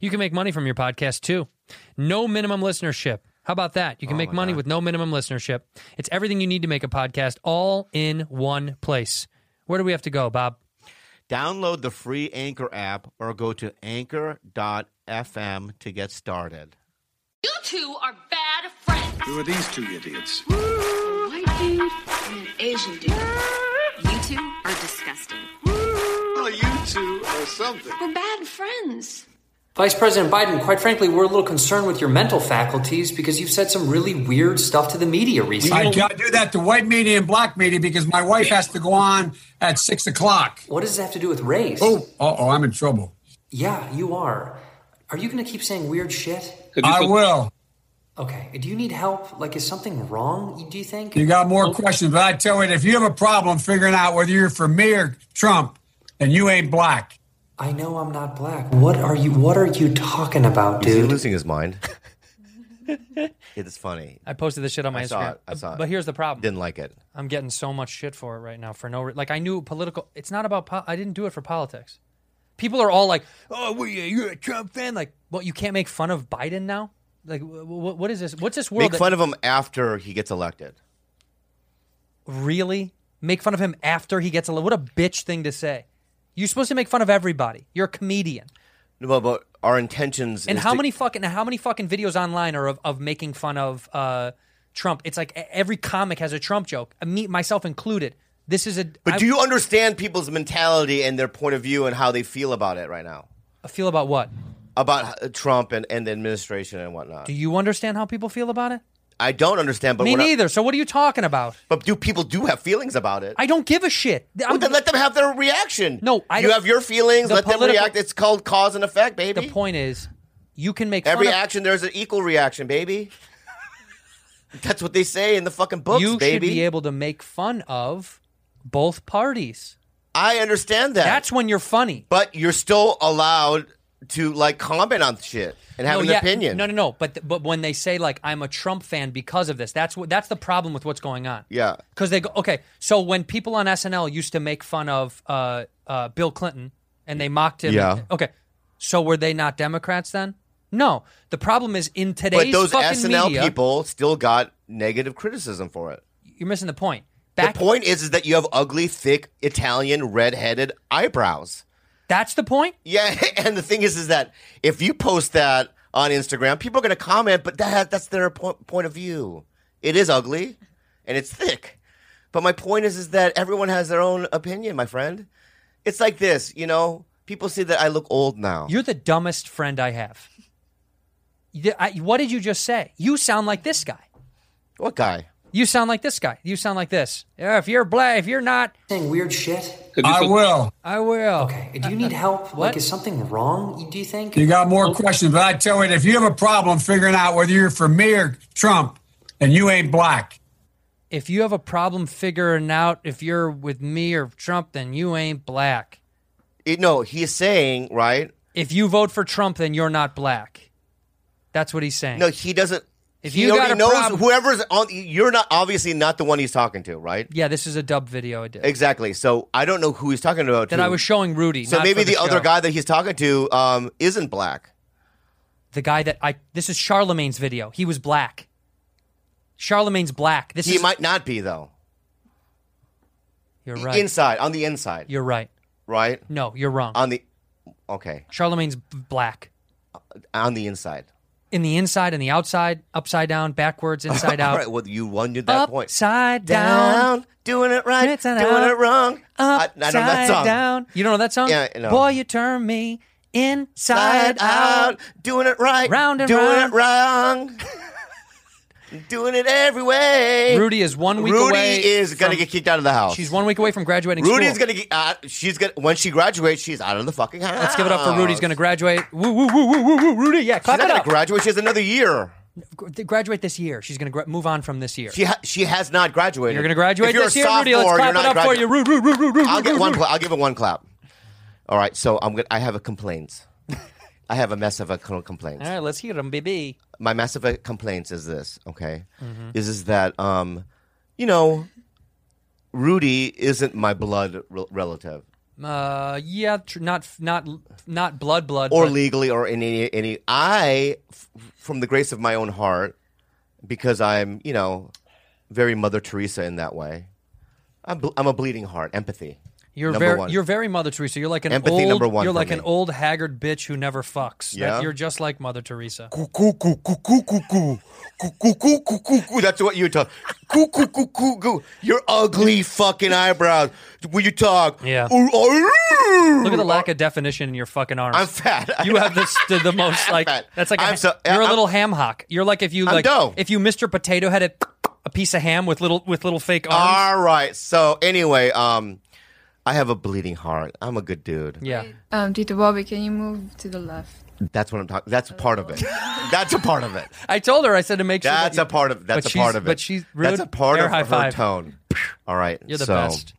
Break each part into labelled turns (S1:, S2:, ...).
S1: You can make money from your podcast too. No minimum listenership. How about that?
S2: Oh
S1: You can make money with no minimum listenership. It's everything you need to make a podcast all in one place. Where do we have to go, Bob?
S2: Download the free Anchor app or go to anchor.fm to get started.
S3: You two are bad friends.
S4: Who are these two idiots?
S5: white dude and an Asian dude. You two are disgusting.
S4: Well, you two or something.
S5: We're bad friends.
S6: Vice President Biden, quite frankly, we're a little concerned with your mental faculties because you've said some really weird stuff to the media recently.
S7: I, I do that to white media and black media because my wife has to go on at six o'clock.
S6: What does it have to do with race?
S7: Oh, uh oh, I'm in trouble.
S6: Yeah, you are. Are you going to keep saying weird shit?
S7: I will.
S6: Okay. Do you need help? Like, is something wrong, do you think?
S7: You got more questions, but I tell you, if you have a problem figuring out whether you're for me or Trump, then you ain't black.
S6: I know I'm not black. What are you, what are you talking about,
S2: Is he
S6: dude?
S2: losing his mind? it's funny.
S1: I posted this shit on my
S2: I
S1: Instagram.
S2: saw it. I saw it.
S1: But here's the problem.
S2: Didn't like it.
S1: I'm getting so much shit for it right now for no re- like I knew political. It's not about po- I didn't do it for politics. People are all like, "Oh, well, yeah, you're a Trump fan." Like, what? You can't make fun of Biden now. Like, wh- wh- what is this? What's this world?
S2: Make
S1: that-
S2: fun of him after he gets elected.
S1: really make fun of him after he gets a what a bitch thing to say. You're supposed to make fun of everybody. You're a comedian.
S2: No, but, but our intentions.
S1: And
S2: is
S1: how
S2: to-
S1: many fucking how many fucking videos online are of, of making fun of uh, Trump? It's like e- every comic has a Trump joke, uh, me myself included. This is a
S2: But
S1: I-
S2: do you understand people's mentality and their point of view and how they feel about it right now?
S1: I feel about what?
S2: About uh, Trump and, and the administration and whatnot.
S1: Do you understand how people feel about it?
S2: I don't understand, but
S1: Me
S2: when I-
S1: neither. So what are you talking about?
S2: but do people do have feelings about it?
S1: I don't give a shit. I'm-
S2: well, then let them have their reaction.
S1: No, I
S2: you
S1: don't-
S2: have your feelings.
S1: the
S2: Let them
S1: political-
S2: react. It's called cause and effect, baby.
S1: the point is, you can make
S2: Every
S1: fun of-
S2: action, there's an equal reaction, baby. That's what they say in the fucking books,
S1: you
S2: baby.
S1: should be able to make fun of both parties.
S2: I understand that.
S1: That's when you're funny.
S2: but you're still allowed to like comment on shit and have
S1: no,
S2: an
S1: yeah,
S2: opinion.
S1: No, no, no. But but when they say like I'm a Trump fan because of this, that's what that's the problem with what's going on.
S2: Yeah.
S1: Because they go okay. So when people on SNL used to make fun of uh, uh, Bill Clinton and they mocked him.
S2: Yeah.
S1: okay. So were they not Democrats then? No. The problem is in
S2: But
S1: today's
S2: those
S1: fucking
S2: SNL
S1: media,
S2: people still got negative criticism for it.
S1: You're missing the point. Back,
S2: the point is, is that you have ugly, thick Italian redheaded eyebrows.
S1: That's the point.
S2: Yeah, and the thing is, is that if you post that on Instagram, people are going to comment, but that that's their po- point of view. It is ugly, and it's thick. But my point is, is that everyone has their own opinion, my friend. It's like this, you know. People say that I look old now.
S1: You're the dumbest friend I have. You- I- what did you just say? You sound like this guy.
S2: what guy?
S1: You sound like this guy. You sound like this. Yeah, if you're black, if you're not,
S6: saying weird shit?
S7: I will.
S1: I will.
S6: Okay. Do you need help? Like, is something wrong, do you think?
S7: You got more questions, but I tell you, if you have a problem figuring out whether you're for me or Trump, then you ain't black.
S1: If you have a problem figuring out if you're with me or Trump, then you ain't black.
S2: It, no, he's saying right.
S1: If you vote for Trump, then you're not black. That's what he's saying.
S2: No, he doesn't.
S1: If
S2: he
S1: you got
S2: already
S1: a
S2: knows
S1: problem-
S2: whoever's on. You're not obviously not the one he's talking to, right?
S1: Yeah, this is a dub video I did
S2: Exactly. So I don't know who he's talking about.
S1: that
S2: too.
S1: I was showing Rudy.
S2: So
S1: not
S2: maybe
S1: for
S2: the, other
S1: show.
S2: guy that he's talking to um, isn't black.
S1: the guy that I this is Charlemagne's video. He was black. Charlemagne's black. This
S2: He
S1: is
S2: might not be though.
S1: you're right.
S2: Inside, on the inside,
S1: You're right.
S2: right?
S1: No, you're wrong.
S2: On the okay.
S1: Charlemagne's b- black.
S2: on the inside.
S1: in the inside and the outside, upside down, backwards, inside out,
S2: All right, well, you won at that point.
S1: upside down,
S2: down, doing it right,
S1: It's an
S2: doing
S1: up,
S2: it wrong. I, I know
S1: upside
S2: that song.
S1: down. You don't know that song?
S2: Yeah, I know.
S1: Boy, you turn me inside
S2: Side
S1: out.
S2: out, doing it right,
S1: Round and
S2: doing
S1: round.
S2: it wrong, doing it every way.
S1: Rudy is one week
S2: Rudy
S1: away.
S2: is gonna
S1: from-
S2: get kicked out of the house.
S1: She's one week away from graduating.
S2: Rudy's
S1: school.
S2: gonna get. Uh, she's gonna when she graduates, she's out of the fucking house.
S1: Let's give it up for Rudy's going to graduate. Woo, woo, woo, woo, woo, woo, Rudy. Yeah,
S2: She's
S1: clap
S2: not
S1: it
S2: gonna
S1: up.
S2: graduate. She has another year.
S1: Gra- graduate this year. She's going to gra- move on from this year.
S2: She ha- she has not graduated.
S1: you're going to graduate
S2: If you're
S1: this
S2: a
S1: year, Rudy. Let's
S2: sophomore,
S1: clap
S2: you're
S1: it
S2: not
S1: up for
S2: gradu-
S1: you. Rudy, Rudy, Rudy, Rudy,
S2: I'll get
S1: Rudy,
S2: one.
S1: Rudy.
S2: Cl- I'll give it one clap. All right, so I'm gonna. I have a complaint. I have a mess of a cl- complaint.
S1: All right, let's hear him, baby.
S2: My mess of a complaints is this. Okay,
S1: Mm-hmm.
S2: is is that um, you know, Rudy isn't my blood rel relative,
S1: Uh, yeah, tr- not not not blood, blood,
S2: or
S1: but-
S2: legally, or in any any. I, f- from the grace of my own heart, because I'm you know, very Mother Teresa in that way. I'm bl- I'm a bleeding heart. Empathy.
S1: You're
S2: number
S1: very
S2: one.
S1: you're very Mother Teresa. You're like an
S2: Empathy
S1: old
S2: number one
S1: you're
S2: for
S1: like
S2: me.
S1: an old haggard bitch who never fucks. That-
S2: Yeah.
S1: you're just like Mother Teresa.
S2: coo coo coo coo coo coo coo coo coo coo coo coo. That's what you talk. Coo coo coo coo coo. Your ugly fucking eyebrows when you talk.
S1: Yeah.
S2: Look
S1: Look at the lack of definition in your fucking arms.
S2: I'm fat.
S1: you have this the, the most like
S2: fat.
S1: that's like a
S2: I'm
S1: ha-
S2: so-
S1: you're a
S2: I'm-
S1: little ham hock. You're like if you
S2: I'm
S1: like
S2: dough.
S1: if you Mr. Potato Head a, a piece of ham with little with little fake arms.
S2: All right. So anyway, um, I have a bleeding heart. I'm a good dude.
S1: yeah.
S8: Um, Tito Bobby, can you move to the left?
S2: That's what I'm talking. That's part of it. That's a part of it.
S1: I told her I said to make sure
S2: That's
S1: that
S2: a
S1: you-
S2: part of.
S1: but
S2: That's a
S1: she's-
S2: part of it.
S1: But she's rude.
S2: That's a part
S1: Air
S2: of
S1: high
S2: her
S1: five.
S2: tone. All right.
S1: You're the
S2: so,
S1: best.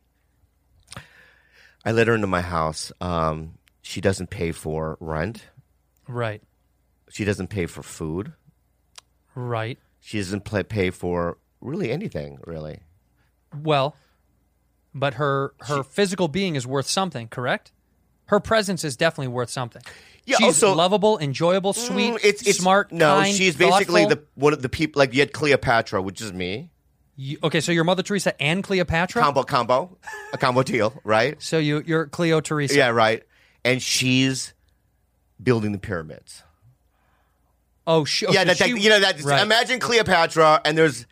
S2: I let her into my house. Um, she doesn't pay for rent.
S1: Right.
S2: She doesn't pay for food.
S1: Right.
S2: She doesn't play, pay for really anything, really.
S1: Well, but her her physical being is worth something, correct? Her presence is definitely worth something.
S2: Yeah,
S1: she's
S2: also-
S1: lovable, enjoyable, sweet,
S2: Mm, it's, it's
S1: smart.
S2: No,
S1: kind,
S2: she's basically
S1: thoughtful.
S2: the one of the people. Like you had Cleopatra, which is me.
S1: You- okay, so you're Mother Teresa and Cleopatra.
S2: Combo, combo, a combo deal, right?
S1: So you you're Cleo Teresa.
S2: Yeah, right. And she's building the pyramids.
S1: Oh, she, oh,
S2: yeah,
S1: so
S2: that,
S1: she-
S2: that, you know that.
S1: right.
S2: Imagine Cleopatra, and there's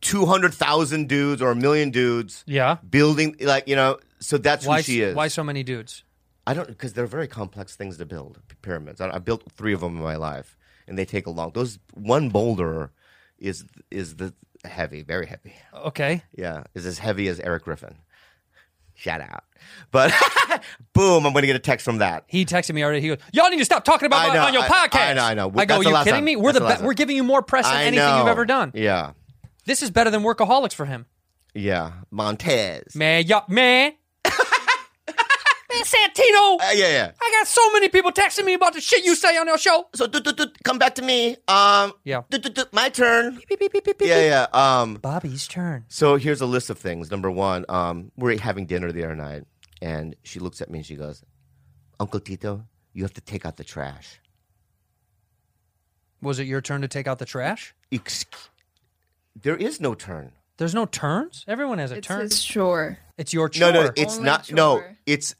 S2: two hundred thousand dudes or a million dudes
S1: Yeah.
S2: building, like you know. So that's
S1: Why
S2: who she
S1: s-
S2: is.
S1: why so many dudes?
S2: I don't because they're very complex things to build p- pyramids. I, I built three of them in my life, and they take a long. Those one boulder is is the heavy, very heavy.
S1: Okay.
S2: Yeah, is as heavy as Eric Griffin. Shout out, but boom! I'm going to get a text from that.
S1: He texted me already. He goes, "Y'all need to stop talking about
S2: I
S1: my-
S2: know,
S1: on your
S2: I-
S1: podcast."
S2: I know, I know.
S1: I go,
S2: That's the
S1: "Are you
S2: last
S1: kidding
S2: time.
S1: me? We're
S2: That's the
S1: the
S2: last
S1: best.
S2: time.
S1: We're giving you more press than
S2: I
S1: anything you've
S2: know.
S1: ever done.
S2: Yeah,
S1: This is better than workaholics for him."
S2: yeah. Montez.
S1: Man, y'all, man. man, Santino,
S2: Uh, yeah, yeah.
S1: I got so many people texting me about the shit you say on your show.
S2: So do, do, do, come back to me. Um,
S1: Yeah.
S2: do, do, do, my turn. Yeah, yeah. Um,
S1: Bobby's turn.
S2: So here's a list of things. Number one, um, we're having dinner the other night, and she looks at me and she goes, "Uncle Tito, you have to take out the trash."
S1: Was it your turn to take out the trash?
S2: Exc- there is no turn.
S1: There's no turns. Everyone has a
S8: It's
S1: turn.
S8: his shore.
S1: It's your
S2: No,
S1: chore
S2: no, it's
S8: Only
S2: not.
S8: chore.
S2: No, it's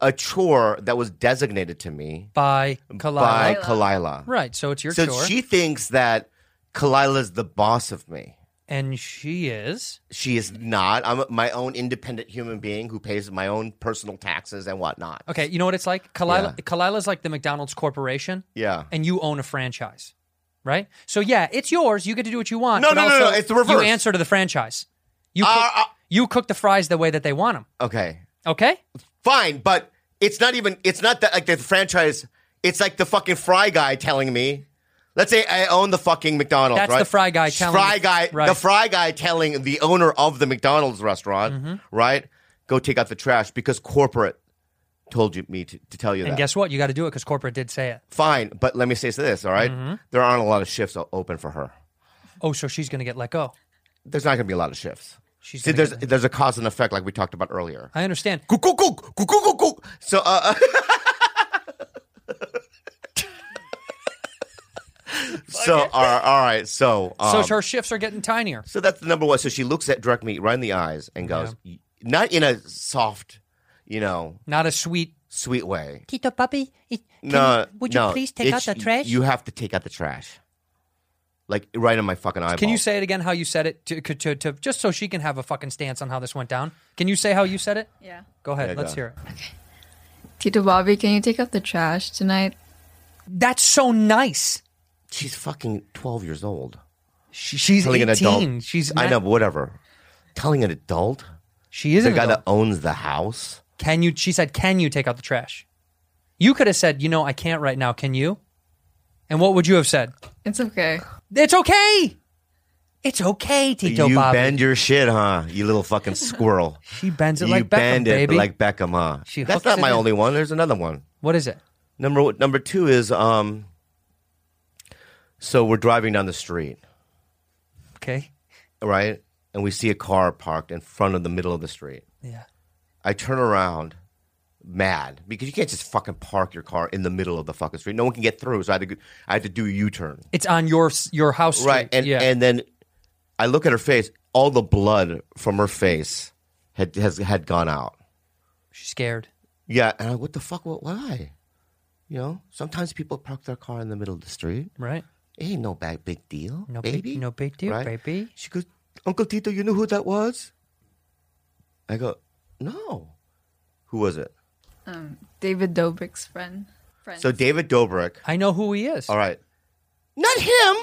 S2: a chore that was designated to me
S1: by Kalila.
S2: by Kalila.
S1: right, so it's your
S2: So
S1: chore,
S2: she thinks that Kalila's the boss of me.
S1: and she is.
S2: She is not. I'm my own independent human being who pays my own personal taxes and whatnot.
S1: Okay, you know what it's like. Kalila, Kalila's like the McDonald's corporation,
S2: Yeah.
S1: and you own a franchise, right? So yeah, it's yours. You get to do what you want.
S2: No,
S1: but
S2: no, no,
S1: also,
S2: no, it's the reverse.
S1: You answer to the franchise. You cook,
S2: Uh, uh,
S1: you cook the fries the way that they want them.
S2: Okay.
S1: Okay.
S2: fine, but it's not even it's not that like the franchise. It's like the fucking fry guy telling me. Let's say I own the fucking McDonald's.
S1: That's
S2: right?
S1: the fry guy telling-
S2: Fry guy.
S1: right.
S2: The fry guy telling the owner of the McDonald's restaurant,
S1: Mm-hmm.
S2: right? Go take out the trash because corporate told you me to, to tell you
S1: And
S2: that.
S1: guess what? You got to do it because corporate did say it.
S2: fine, but let me say this. All right?
S1: Mm-hmm.
S2: there aren't a lot of shifts o- open for her.
S1: Oh, so she's going to get let go.
S2: There's not going to be a lot of shifts.
S1: She's
S2: See,
S1: gonna
S2: there's
S1: get
S2: there's a cause and effect like we talked about earlier.
S1: I understand.
S2: Cook, cook, cook, cook, cook, cook, cook. So, uh, so all right, all right. So,
S1: So
S2: um, so,
S1: her shifts are getting tinier.
S2: that's the number one. So she looks at direct me right in the eyes and goes, not in a soft, you know,
S1: Not a sweet
S2: sweet way.
S9: Tito Puppy, it, can
S2: no,
S9: you- would you
S2: no,
S9: please take out
S2: it's-
S9: the trash?
S2: You have to take out the trash, like right in my fucking eyeball.
S1: Can you say it again? How you said it to, to, to, to just so she can have a fucking stance on how this went down? Can you say how you said it?
S8: Yeah.
S1: Go ahead.
S2: Yeah, go
S1: let's
S2: on.
S1: hear it.
S8: Tito Bobby, can you take out the trash tonight?
S1: That's so nice.
S2: She's fucking twelve years old.
S1: She, she's
S2: Telling an
S1: eighteen.
S2: adult.
S1: She's
S2: I
S1: not-
S2: know, but whatever. Telling an adult,
S1: She is
S2: the
S1: an
S2: guy
S1: adult.
S2: that owns the house.
S1: Can you? She said, "Can you take out the trash?" You could have said, "You know, I can't right now. Can you?" And what would you have said?
S8: It's okay.
S1: It's okay. It's okay, Tito
S2: you
S1: Bobby.
S2: bend your shit, huh? You little fucking squirrel.
S1: she bends it
S2: you
S1: like Beckham,
S2: bend it
S1: baby.
S2: like Beckham, huh?
S1: She
S2: That's
S1: hooks
S2: not
S1: it
S2: my
S1: in.
S2: only one. There's another one.
S1: what is it?
S2: Number number two is um. So we're driving down the street,
S1: Okay.
S2: right? And we see a car parked in front of the middle of the street.
S1: Yeah.
S2: I turn around, mad because you can't just fucking park your car in the middle of the fucking street. No one can get through, so I had to go- I had to do a U turn,
S1: It's on your s- your house, street.
S2: right? And
S1: yeah.
S2: and then I look at her face. All the blood from her face had has had gone out.
S1: she's scared.
S2: Yeah, and I, what the fuck? What? Why? You know, sometimes people park their car in the middle of the street.
S1: Right.
S2: It ain't no bad, big deal,
S1: No big-
S2: baby.
S1: no big deal, baby.
S2: She goes, Uncle Tito, you know who that was? I go, no. Who was it?
S8: Um, David Dobrik's friend. Friend.
S2: So David Dobrik.
S1: I know who he is.
S2: All right. Not him.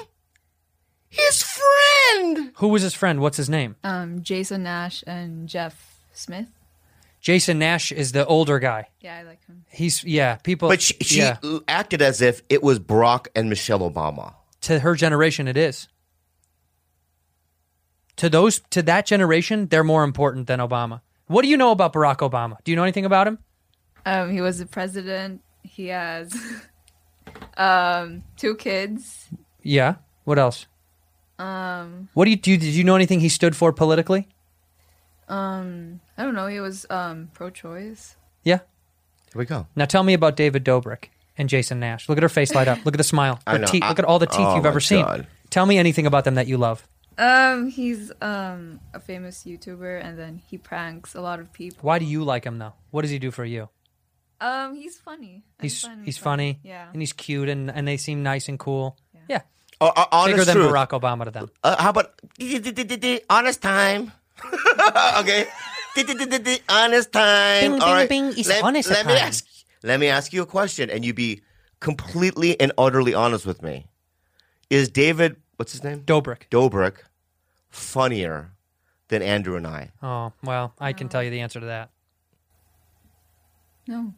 S2: His friend.
S1: Who was his friend? What's his name?
S8: um, Jason Nash and Jeff Smith.
S1: Jason Nash is the older guy.
S8: Yeah, I like him.
S1: He's yeah. People,
S2: But she, she
S1: yeah.
S2: acted as if it was Barack and Michelle Obama.
S1: To her generation, it is. To those to that generation, they're more important than Obama. What do you know about Barack Obama? Do you know anything about him?
S8: Um, he was the president. He has um, two kids.
S1: Yeah. What else? Um. What do you do? Did you know anything he stood for politically?
S8: Um, I don't know. He was um, pro-choice.
S1: Yeah.
S2: Here we go.
S1: Now tell me about David Dobrik and Jason Nash. Look at her face light up. Look at the smile.
S2: I
S1: Her
S2: know.
S1: teeth.
S2: I-
S1: Look at all the teeth
S2: Oh,
S1: you've
S2: my
S1: ever seen.
S2: God.
S1: Tell me anything about them that you love.
S8: Um, he's um, a famous YouTuber, and then he pranks a lot of people.
S1: Why do you like him though? What does he do for you?
S8: Um, he's funny. I
S1: He's
S8: find him
S1: he's funny.
S8: Yeah.
S1: And he's cute and, and they seem nice and cool. Yeah.
S2: Uh, uh, honest
S1: Bigger than
S2: truth.
S1: Barack Obama to them.
S2: Uh, how about honest time? okay. honest time.
S9: Bing,
S2: All
S9: bing,
S2: right.
S9: bing is
S2: let,
S9: honest
S2: let me
S9: time.
S2: ask. Let me ask you a question, and you be completely and utterly honest with me. Is David what's his name?
S1: Dobrik.
S2: Dobrik funnier than Andrew and I?
S1: Oh, well, I can tell you the answer to that.
S8: no.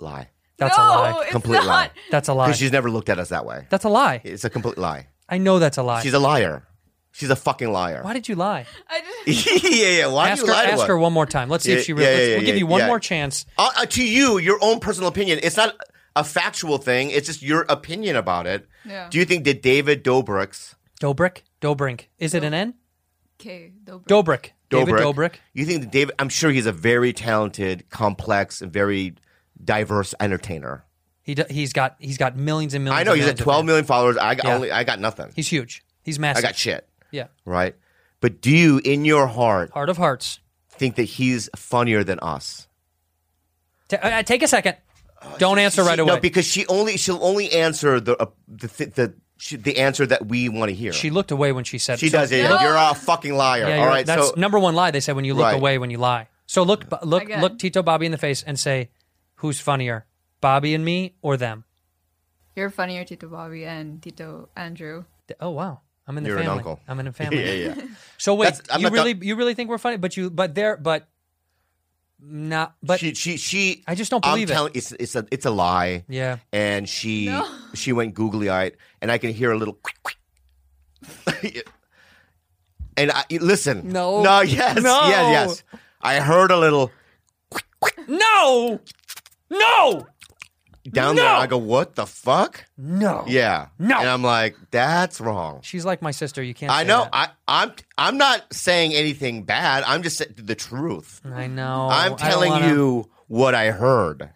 S2: Lie.
S1: That's
S8: no,
S1: a lie.
S8: It's
S2: Complete
S8: not.
S2: lie.
S1: That's a lie.
S2: Because she's never looked at us that way.
S1: That's a lie.
S2: It's a complete lie.
S1: I know that's a lie.
S2: She's a liar. She's a fucking liar.
S1: Why did you lie?
S8: I just,
S2: yeah, yeah. Why
S1: ask
S2: do
S1: her,
S2: you lie to
S1: ask
S2: us?
S1: her one more time. Let's see
S2: Yeah,
S1: if she really.
S2: yeah,
S1: let's-
S2: yeah,
S1: we'll give
S2: yeah,
S1: you one
S2: yeah.
S1: more chance.
S2: uh, uh, to you, your own personal opinion. It's not a factual thing. It's just your opinion about it.
S8: Yeah.
S2: Do you think that David Dobrik's
S1: Dobrik? Dobrink. Is it an N?
S8: okay, Dobrik.
S1: Dobrik. David Dobrik.
S2: You think that David? I'm sure he's a very talented, complex, and very diverse entertainer.
S1: He d- he's got he's got millions and millions.
S2: I know
S1: and
S2: he's at
S1: millions of
S2: 12
S1: fans.
S2: million followers. I got
S1: Yeah.
S2: only. I got nothing.
S1: He's huge. He's
S2: I
S1: massive.
S2: got shit.
S1: Yeah.
S2: Right. But do you, in your heart,
S1: Heart of hearts.
S2: think that he's funnier than us?
S1: Ta- uh, take a second. Don't answer right
S2: Oh, She-
S1: away.
S2: No, because she only she'll only answer the uh, the th- the she, the answer that we want to hear.
S1: she looked away when she said
S2: She
S1: it. So-
S2: does it.
S8: No.
S2: You're a fucking liar.
S1: Yeah,
S2: All
S1: you're-
S2: right.
S1: that's
S2: So
S1: number one lie they said when you look
S2: Right.
S1: away when you lie. So look, bo- look,
S8: Again.
S1: look Tito Bobby in the face and say, "Who's funnier, Bobby and me, or them?"
S8: You're funnier, Tito Bobby and Tito Andrew.
S1: Th- Oh wow, I'm in the
S2: You're an
S1: family.
S2: uncle.
S1: I'm in a family.
S2: yeah, yeah.
S1: So wait,
S2: That's- I'm
S1: you
S2: not done-
S1: really, you really think we're funny? But you, but there, but not, but
S2: she she she.
S1: I just don't
S2: I'm
S1: believe it.
S2: telling- It's it's a it's a lie.
S1: yeah.
S2: And she she went googly eyed, and I can hear a little. Quick, quick. and I listen.
S1: No.
S2: No. Yes.
S1: No.
S2: Yes. Yes. I heard a little
S1: No, no,
S2: down there. I go, what the fuck?
S1: no.
S2: Yeah.
S1: No.
S2: And I'm like, that's wrong.
S1: She's like my sister. You can't.
S2: I
S1: say
S2: know.
S1: that.
S2: I, I'm. I'm not saying anything bad. I'm just sa- the truth.
S1: Oh, I know.
S2: I'm
S1: I don't
S2: telling
S1: wanna-
S2: you what I heard.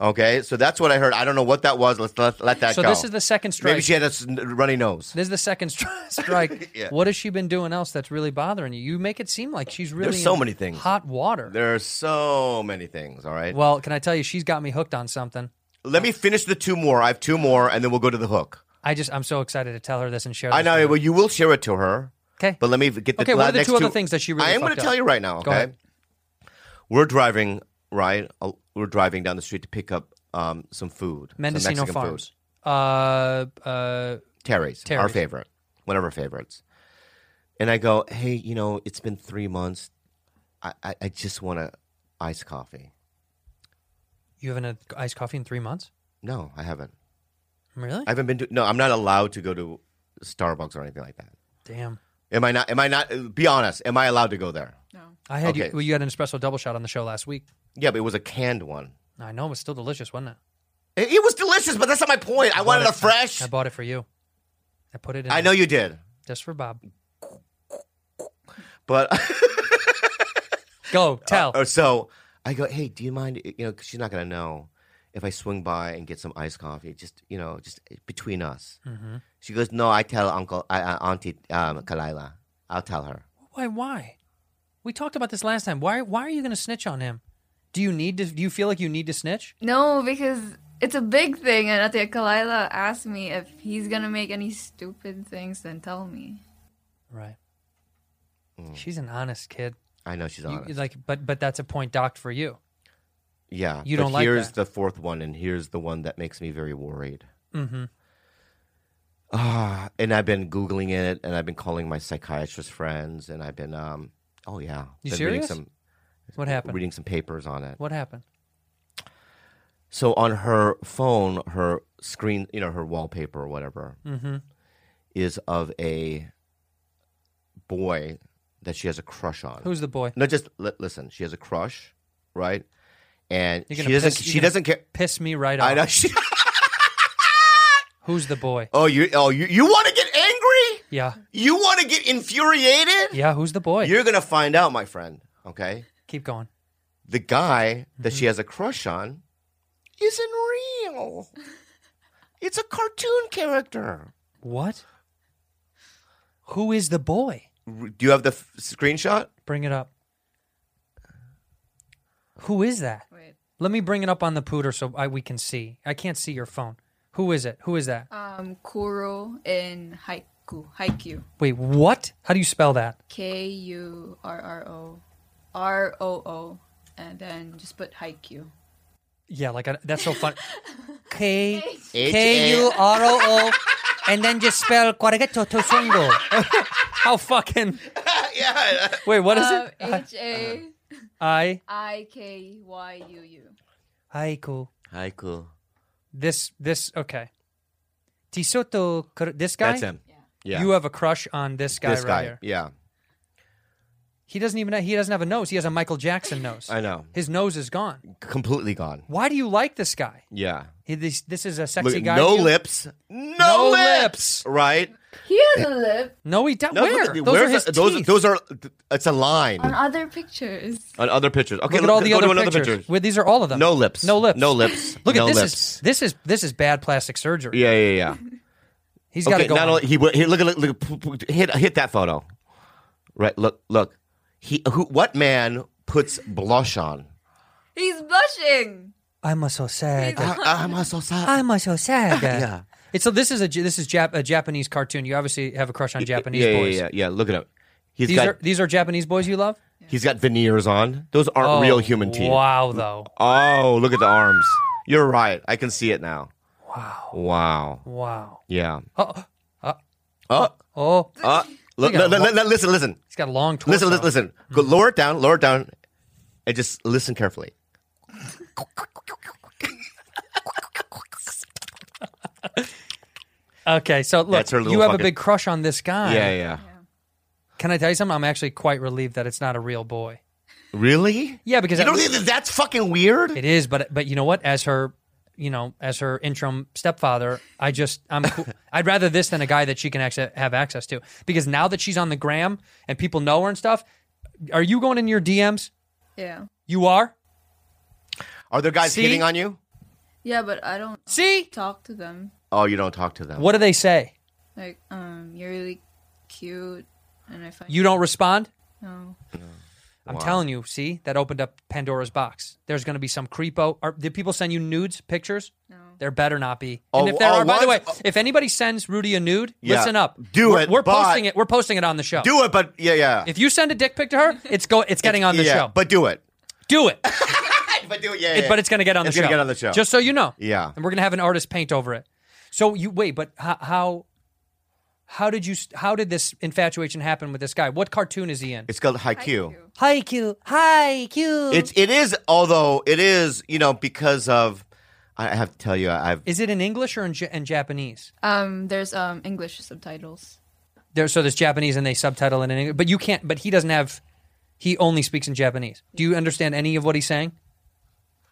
S2: Okay, so that's what I heard. I don't know what that was. Let's let, let that
S1: So
S2: go.
S1: this is the second strike.
S2: Maybe she had a s- runny nose.
S1: This is the second stri- strike.
S2: Yeah.
S1: What has she been doing else that's really bothering you? You make it seem like she's really
S2: so
S1: in
S2: many things.
S1: Hot water.
S2: There are so many things. All right.
S1: well, can I tell you, she's got me hooked on something.
S2: Let me finish the two more. I have two more, and then we'll go to the hook.
S1: I just, I'm so excited to tell her this and share. This
S2: I know.
S1: with her.
S2: Well, you will share it to her,
S1: Okay.
S2: but let me get the
S1: Okay, what are the
S2: next
S1: two other things that she really
S2: I am gonna
S1: fucked up?
S2: tell you right now. Okay.
S1: Go ahead.
S2: We're driving right. uh, We're driving down the street to pick up um, some food. some
S1: Mendocino
S2: Mexican
S1: Farms.
S2: Food.
S1: Uh, uh,
S2: Terry's, our
S1: Terry's.
S2: favorite, one of our favorites. And I go, hey, you know, it's been three months. I, I, I just want a iced coffee.
S1: you haven't had iced coffee in three months?
S2: No, I haven't.
S1: Really?
S2: I haven't been to. No, I'm not allowed to go to Starbucks or anything like that.
S1: Damn.
S2: Am I not? Am I not? Be honest. Am I allowed to go there?
S1: I had you,
S2: Okay.
S1: well, you had an espresso double shot on the show last week.
S2: Yeah, but it was a canned one.
S1: I know it was still delicious, wasn't it?
S2: It, it was delicious, but that's not my point. I,
S1: bought
S2: wanted a
S1: it-
S2: fresh.
S1: I
S2: I,
S1: bought it for you. I put it in.
S2: know
S1: there
S2: you did,
S1: just for Bob.
S2: but
S1: Go tell.
S2: or so I go. Hey, do you mind? You know, 'cause she's not gonna know if I swing by and get some iced coffee. Just you know, just eh, between us.
S1: Mm-hmm.
S2: She goes, no. I tell Uncle I, uh, Auntie um, Kalila. I'll tell her.
S1: Why? Why? We talked about this last time. Why? Why are you going to snitch on him? Do you need to? Do you feel like you need to snitch?
S8: No, because it's a big thing, and Atia Kalila asked me if he's gonna make any stupid things, then tell me.
S1: Right.
S2: Mm.
S1: She's an honest kid.
S2: I know she's
S1: You-
S2: honest.
S1: like, but but that's a point docked for you.
S2: yeah,
S1: you
S2: but
S1: don't like
S2: Here's
S1: that.
S2: the fourth one, and here's the one that makes me very worried.
S1: Mm-hmm.
S2: Ah, and I've been googling it, and I've been calling my psychiatrist friends, and I've been, um, oh yeah,
S1: You
S2: been
S1: serious?
S2: Reading some,
S1: What happened?
S2: reading some papers on it.
S1: What happened?
S2: So on her phone, her screen, you know, her wallpaper or whatever,
S1: Mm-hmm.
S2: is of a boy that she has a crush on.
S1: Who's the boy?
S2: no? Just li- listen. She has a crush, right? And
S1: You're
S2: she
S1: gonna
S2: doesn't.
S1: piss- you're
S2: she
S1: gonna
S2: doesn't care.
S1: Piss me right off.
S2: I know. She,
S1: Who's the boy?
S2: oh, you. Oh, you. You want to get angry?
S1: Yeah.
S2: You want to get infuriated?
S1: Yeah. Who's the boy?
S2: You're gonna find out, my friend. Okay,
S1: Keep going.
S2: the guy that
S1: Mm-hmm.
S2: she has a crush on isn't real. It's a cartoon character.
S1: What? Who is the boy?
S2: R- Do you have the f- screenshot?
S1: Bring it up. Who is that?
S8: Wait.
S1: Let me bring it up on the pooter so I, we can see. I can't see your phone. Who is it? Who is that?
S8: Um, Kuro in Haiku. Haiku.
S1: Wait, what? How do you spell that?
S8: K U R R O R O O. And then just put Haiku.
S1: Yeah, like I, that's so fun. K
S2: H-
S1: K U R O O, and then just spell Quaregeto Tosungo. How fucking?
S2: yeah.
S1: Wait, what is
S8: Um,
S1: it?
S8: H A
S1: I
S8: I K Y U U.
S1: haiku.
S2: Haiku.
S1: This this okay. Tisoto, Kr- this guy.
S2: That's him. Yeah.
S1: You have a crush on this guy
S2: this
S1: right
S2: guy.
S1: here.
S2: Yeah.
S1: He doesn't even he doesn't have a nose. He has a Michael Jackson nose.
S2: I know.
S1: His nose is gone.
S2: Completely gone.
S1: Why do you like this guy?
S2: Yeah.
S1: He, this, this is a
S2: Look,
S1: sexy guy.
S2: no
S1: to you?
S2: lips. No,
S1: No lips.
S2: lips. Right.
S8: He has a lip
S1: No, he doesn't.
S2: No, look
S1: Where?
S2: at the-
S1: Those are
S2: where's
S1: his
S2: the- those,
S1: teeth.
S2: those are. It's a line
S8: on other pictures.
S2: on other pictures. Okay.
S1: Look at
S2: let-
S1: all the
S2: go
S1: other
S2: to another
S1: pictures.
S2: picture.
S1: Wait, these are all of them.
S2: No lips.
S1: No lips.
S2: No lips.
S1: Look
S2: No
S1: at this. Is
S2: lips.
S1: this is this is bad plastic surgery.
S2: Yeah. Yeah. Yeah.
S1: He's got to go. on.
S2: Not only, he, he look at look, look p- p- hit hit that photo. Right. Look. Look. He who? What man puts blush on?
S8: He's blushing.
S1: I'm a so sad. guy.
S2: I, am so sad.
S1: "Ah, I'm a so sad. guy.
S2: Yeah.
S1: It's, so this is a J- this is Jap, a Japanese cartoon. You obviously have a crush on Japanese
S2: yeah, yeah,
S1: boys.
S2: Yeah, yeah, Look it up. He's
S1: These
S2: got
S1: are these are Japanese boys you love.
S2: he's got veneers on. Those aren't
S1: Oh,
S2: real human teeth.
S1: Wow, though.
S2: Oh, look at the arms. You're right. I can see it now. Wow. Wow.
S1: Wow.
S2: Yeah.
S1: Oh,
S2: Oh.
S1: oh.
S2: Uh,
S1: Look
S2: look,
S1: at
S2: li-
S1: him.
S2: li- li- listen, listen,
S1: He's got a long torso.
S2: listen, listen, listen. Go
S1: Mm-hmm.
S2: lower it down, lower it down, and just listen carefully.
S1: Okay, so look,
S2: That's her little
S1: you have a
S2: fucking-
S1: big crush on this guy.
S2: Yeah, yeah.
S1: Can I tell you something? I'm actually quite relieved that it's not a real boy.
S2: Really?
S1: Yeah, because
S2: You
S1: at
S2: don't
S1: least-
S2: think that that's fucking weird?
S1: It is, but but you know what? As her, you know, as her interim stepfather, I just I'm cool. I'd rather this than a guy that she can actually have access to because now that she's on the gram and people know her and stuff, are you going in your DMs?
S8: Yeah.
S1: You are.
S2: Are there guys
S1: See?
S2: hitting on you?
S8: Yeah, but I don't
S1: See?
S8: talk to them.
S2: Oh, you don't talk to them.
S1: What do they say?
S8: Like, um, you're really cute, and I find
S1: You don't respond?
S8: No.
S1: I'm telling you, see, that opened up Pandora's box. There's going to be some creepo. Are, did people send you nudes, pictures? No. There better not be.
S2: Oh,
S1: and if there
S2: oh,
S1: are, by the way,
S2: what?
S1: if anybody sends Rudy a nude,
S2: Yeah.
S1: listen up.
S2: Do
S1: we're,
S2: it,
S1: We're
S2: but-
S1: posting it. We're posting it on the show.
S2: Do it, but yeah, yeah.
S1: If you send a dick pic to her, it's go. It's getting on the
S2: yeah,
S1: show.
S2: But do it.
S1: do it.
S2: But do it. Yeah,
S1: It-
S2: yeah.
S1: but it's going to get on
S2: It's
S1: the show.
S2: gonna get on the show.
S1: Just so you know.
S2: Yeah.
S1: And we're going to have an artist paint over it. So you wait, but how how, how did you s- how did this infatuation happen with this guy? What cartoon is he in?
S2: It's called Haikyuu.
S1: Hi Q. Hi Q.
S2: It's it is although it is you know because of I have to tell you I've
S1: Is it in English or in, J- in Japanese?
S8: Um, there's um English subtitles.
S1: There, so there's Japanese and they subtitle it in English, but you can't. But he doesn't have. He only speaks in Japanese. Do you understand any of what he's saying?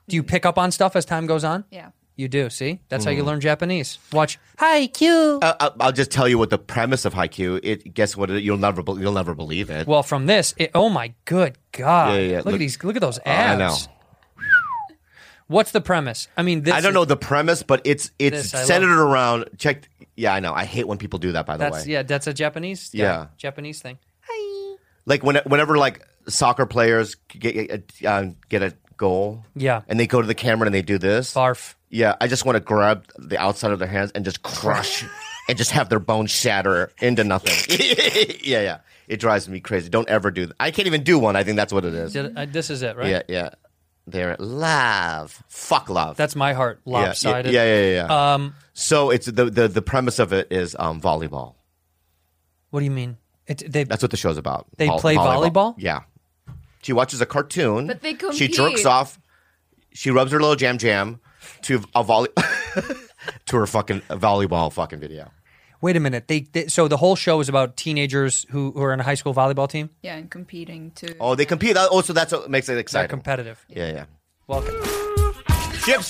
S1: Do you pick up on stuff as time goes on?
S8: Yeah.
S1: You do. See, that's
S2: Mm-hmm.
S1: how you learn Japanese. Watch Hi Q.
S2: I- I- uh, I'll just tell you what the premise of Haikyuu. It guess what it, you'll never be- you'll never believe it.
S1: Well, from this, it, oh my good god!
S2: Yeah, yeah, yeah.
S1: Look,
S2: Look-
S1: at these. Look at those
S2: I
S1: abs. What's the premise? I mean, this
S2: I don't
S1: is-
S2: know the premise, but it's it's
S1: This, I love.
S2: centered around check. Yeah, I know. I hate when people do that. By the
S1: That's
S2: way,
S1: yeah. That's a Japanese.
S2: Yeah.
S1: Japanese thing.
S2: like when, whenever like soccer players get a, uh, get a goal,
S1: Yeah.
S2: and they go to the camera and they do this.
S1: Barf.
S2: Yeah, I just want to grab the outside of their hands and just crush and just have their bones shatter into nothing. yeah, yeah. It drives me crazy. Don't ever do that. I can't even do one. I think that's what it is.
S1: Did- uh, this is it, right?
S2: Yeah, yeah. They're love. Fuck love.
S1: That's my heart
S2: yeah,
S1: lopsided.
S2: Yeah, yeah, yeah. yeah.
S1: Um,
S2: so it's the, the the premise of it is um, volleyball.
S1: what do you mean? It, they
S2: That's what the show's about.
S1: They play volleyball?
S2: Yeah. She watches a cartoon.
S8: But they
S2: She
S8: compete.
S2: jerks off. She rubs her little jam jam to a volley to her fucking volleyball fucking video.
S1: Wait a minute. They, they so the whole show is about teenagers who, who are in a high school volleyball team.
S8: Yeah, and competing too.
S2: Oh, they compete. That- Also, that's what makes it
S1: They're
S2: exciting.
S1: competitive.
S2: yeah, yeah.
S1: Welcome.
S2: Ship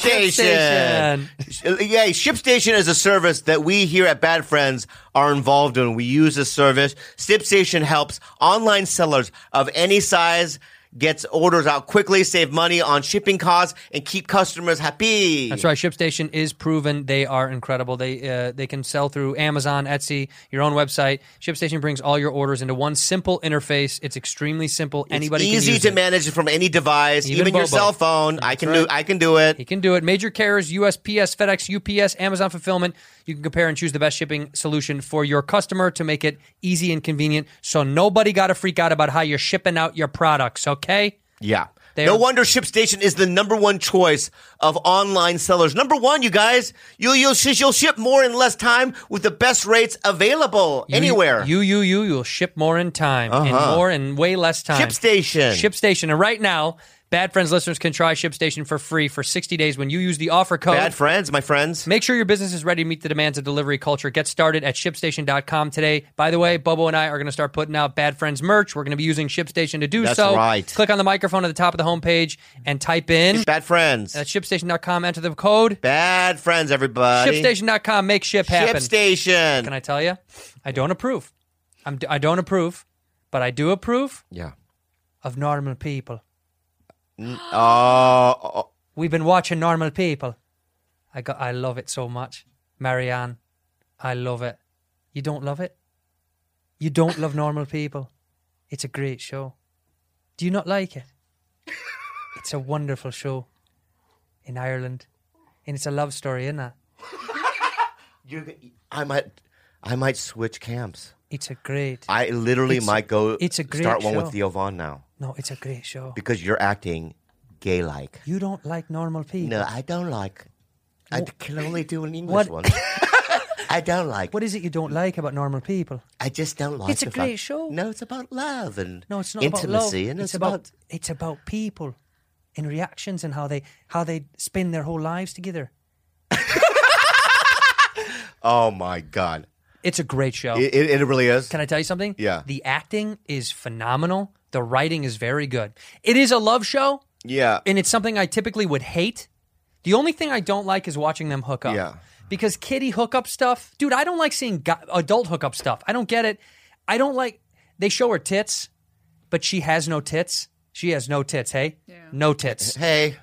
S2: Station. Uh, yeah, Ship Station is a service that we here at Bad Friends are involved in. We use this service. Ship Station helps online sellers of any size gets orders out quickly, save money on shipping costs, and keep customers happy.
S1: That's right. ShipStation is proven. They are incredible. They uh, they can sell through Amazon, Etsy, your own website. ShipStation brings all your orders into one simple interface. It's extremely simple. Anybody
S2: it's easy
S1: can use
S2: to
S1: it.
S2: manage it from any device,
S1: Even
S2: even, your
S1: Bobo.
S2: cell phone. I can do. I can do it.
S1: He can do it. Major carriers, USPS, FedEx, UPS, Amazon Fulfillment. You can compare and choose the best shipping solution for your customer to make it easy and convenient so nobody got to freak out about how you're shipping out your products, okay?
S2: Yeah.
S1: They
S2: no
S1: are-
S2: wonder ShipStation is the number one choice of online sellers. Number one, you guys, you'll you'll, sh- you'll ship more in less time with the best rates available
S1: You-
S2: anywhere. Uh-huh.
S1: You, you, you, you'll ship more in time and more in way less time.
S2: ShipStation.
S1: ShipStation. And right now, Bad Friends listeners can try ShipStation for free for 60 days when you use the offer code.
S2: Bad friends, my friends.
S1: Make sure your business is ready to meet the demands of delivery culture. Get started at shipstation.com today. By the way, Bobo and I are going to start putting out Bad Friends merch. We're going to be using ShipStation to do
S2: That's
S1: so.
S2: right.
S1: Click on the microphone at the top of the homepage and type in
S2: Bad friends.
S1: at shipstation.com, enter the code.
S2: Bad friends, everybody.
S1: Shipstation.com, make ship happen.
S2: ShipStation.
S1: Can I tell you? I don't approve. I'm, I don't approve, but I do approve
S2: yeah.
S1: of normal people.
S2: Oh, oh,
S1: We've been watching Normal People. I got, I love it so much, Marianne. I love it. You don't love it. You don't love Normal People. It's a great show. Do you not like it? It's a wonderful show in Ireland, and it's a love story, isn't it?
S2: you I might, I might switch camps.
S1: It's a great.
S2: I literally
S1: It's-
S2: might go.
S1: it's a great
S2: start one
S1: show.
S2: with Theo Vaughn now
S1: No, it's a great show.
S2: because you're acting gay like.
S1: You don't like Normal People.
S2: No, I don't like. I can only do an English
S1: What-
S2: one. I don't like.
S1: What is it you don't like about Normal People?
S2: I just don't like.
S1: It's a
S2: the fact-
S1: great show.
S2: No, it's about love and
S1: No, it's not about love.
S2: intimacy, and it's, about,
S1: it's about people and reactions and how they how they spend their whole lives together.
S2: Oh my god,
S1: It's a great show.
S2: it, it, it really is.
S1: Can I tell you something?
S2: Yeah.
S1: The acting is phenomenal. The writing is very good. It is a love show,
S2: yeah,
S1: and it's something I typically would hate. The only thing I don't like is watching them hook up.
S2: Yeah.
S1: Because kiddie hookup stuff, dude, I don't like seeing go- adult hookup stuff. I don't get it. I don't like they show her tits, but she has no tits. She has no tits. Hey, no tits.
S2: hey,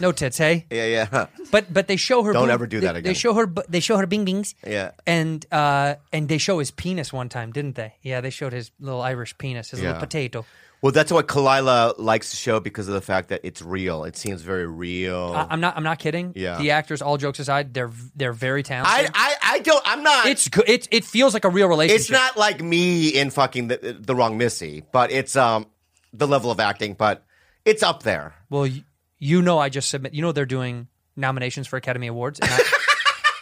S1: No tits, hey.
S2: Yeah, yeah.
S1: But but they show her.
S2: Don't
S1: boob-
S2: ever do
S1: they-
S2: that
S1: They
S2: again.
S1: show her. bu- They show her bing bings.
S2: Yeah.
S1: And uh and they show his penis one time, didn't they? Yeah, they showed his little Irish penis, his
S2: Yeah.
S1: little potato.
S2: Well, that's what Kalila likes to show because of the fact that it's real. It seems very real.
S1: I, I'm not. I'm not kidding.
S2: Yeah.
S1: The actors, all jokes aside, they're they're very
S2: I,
S1: talented.
S2: I, I don't. I'm not.
S1: it's good. It it feels like a real relationship.
S2: it's not like me in fucking the, the wrong Missy, but it's um the level of acting, but it's up there.
S1: Well, you, you know, I just submit. You know, they're doing nominations for Academy Awards. And I,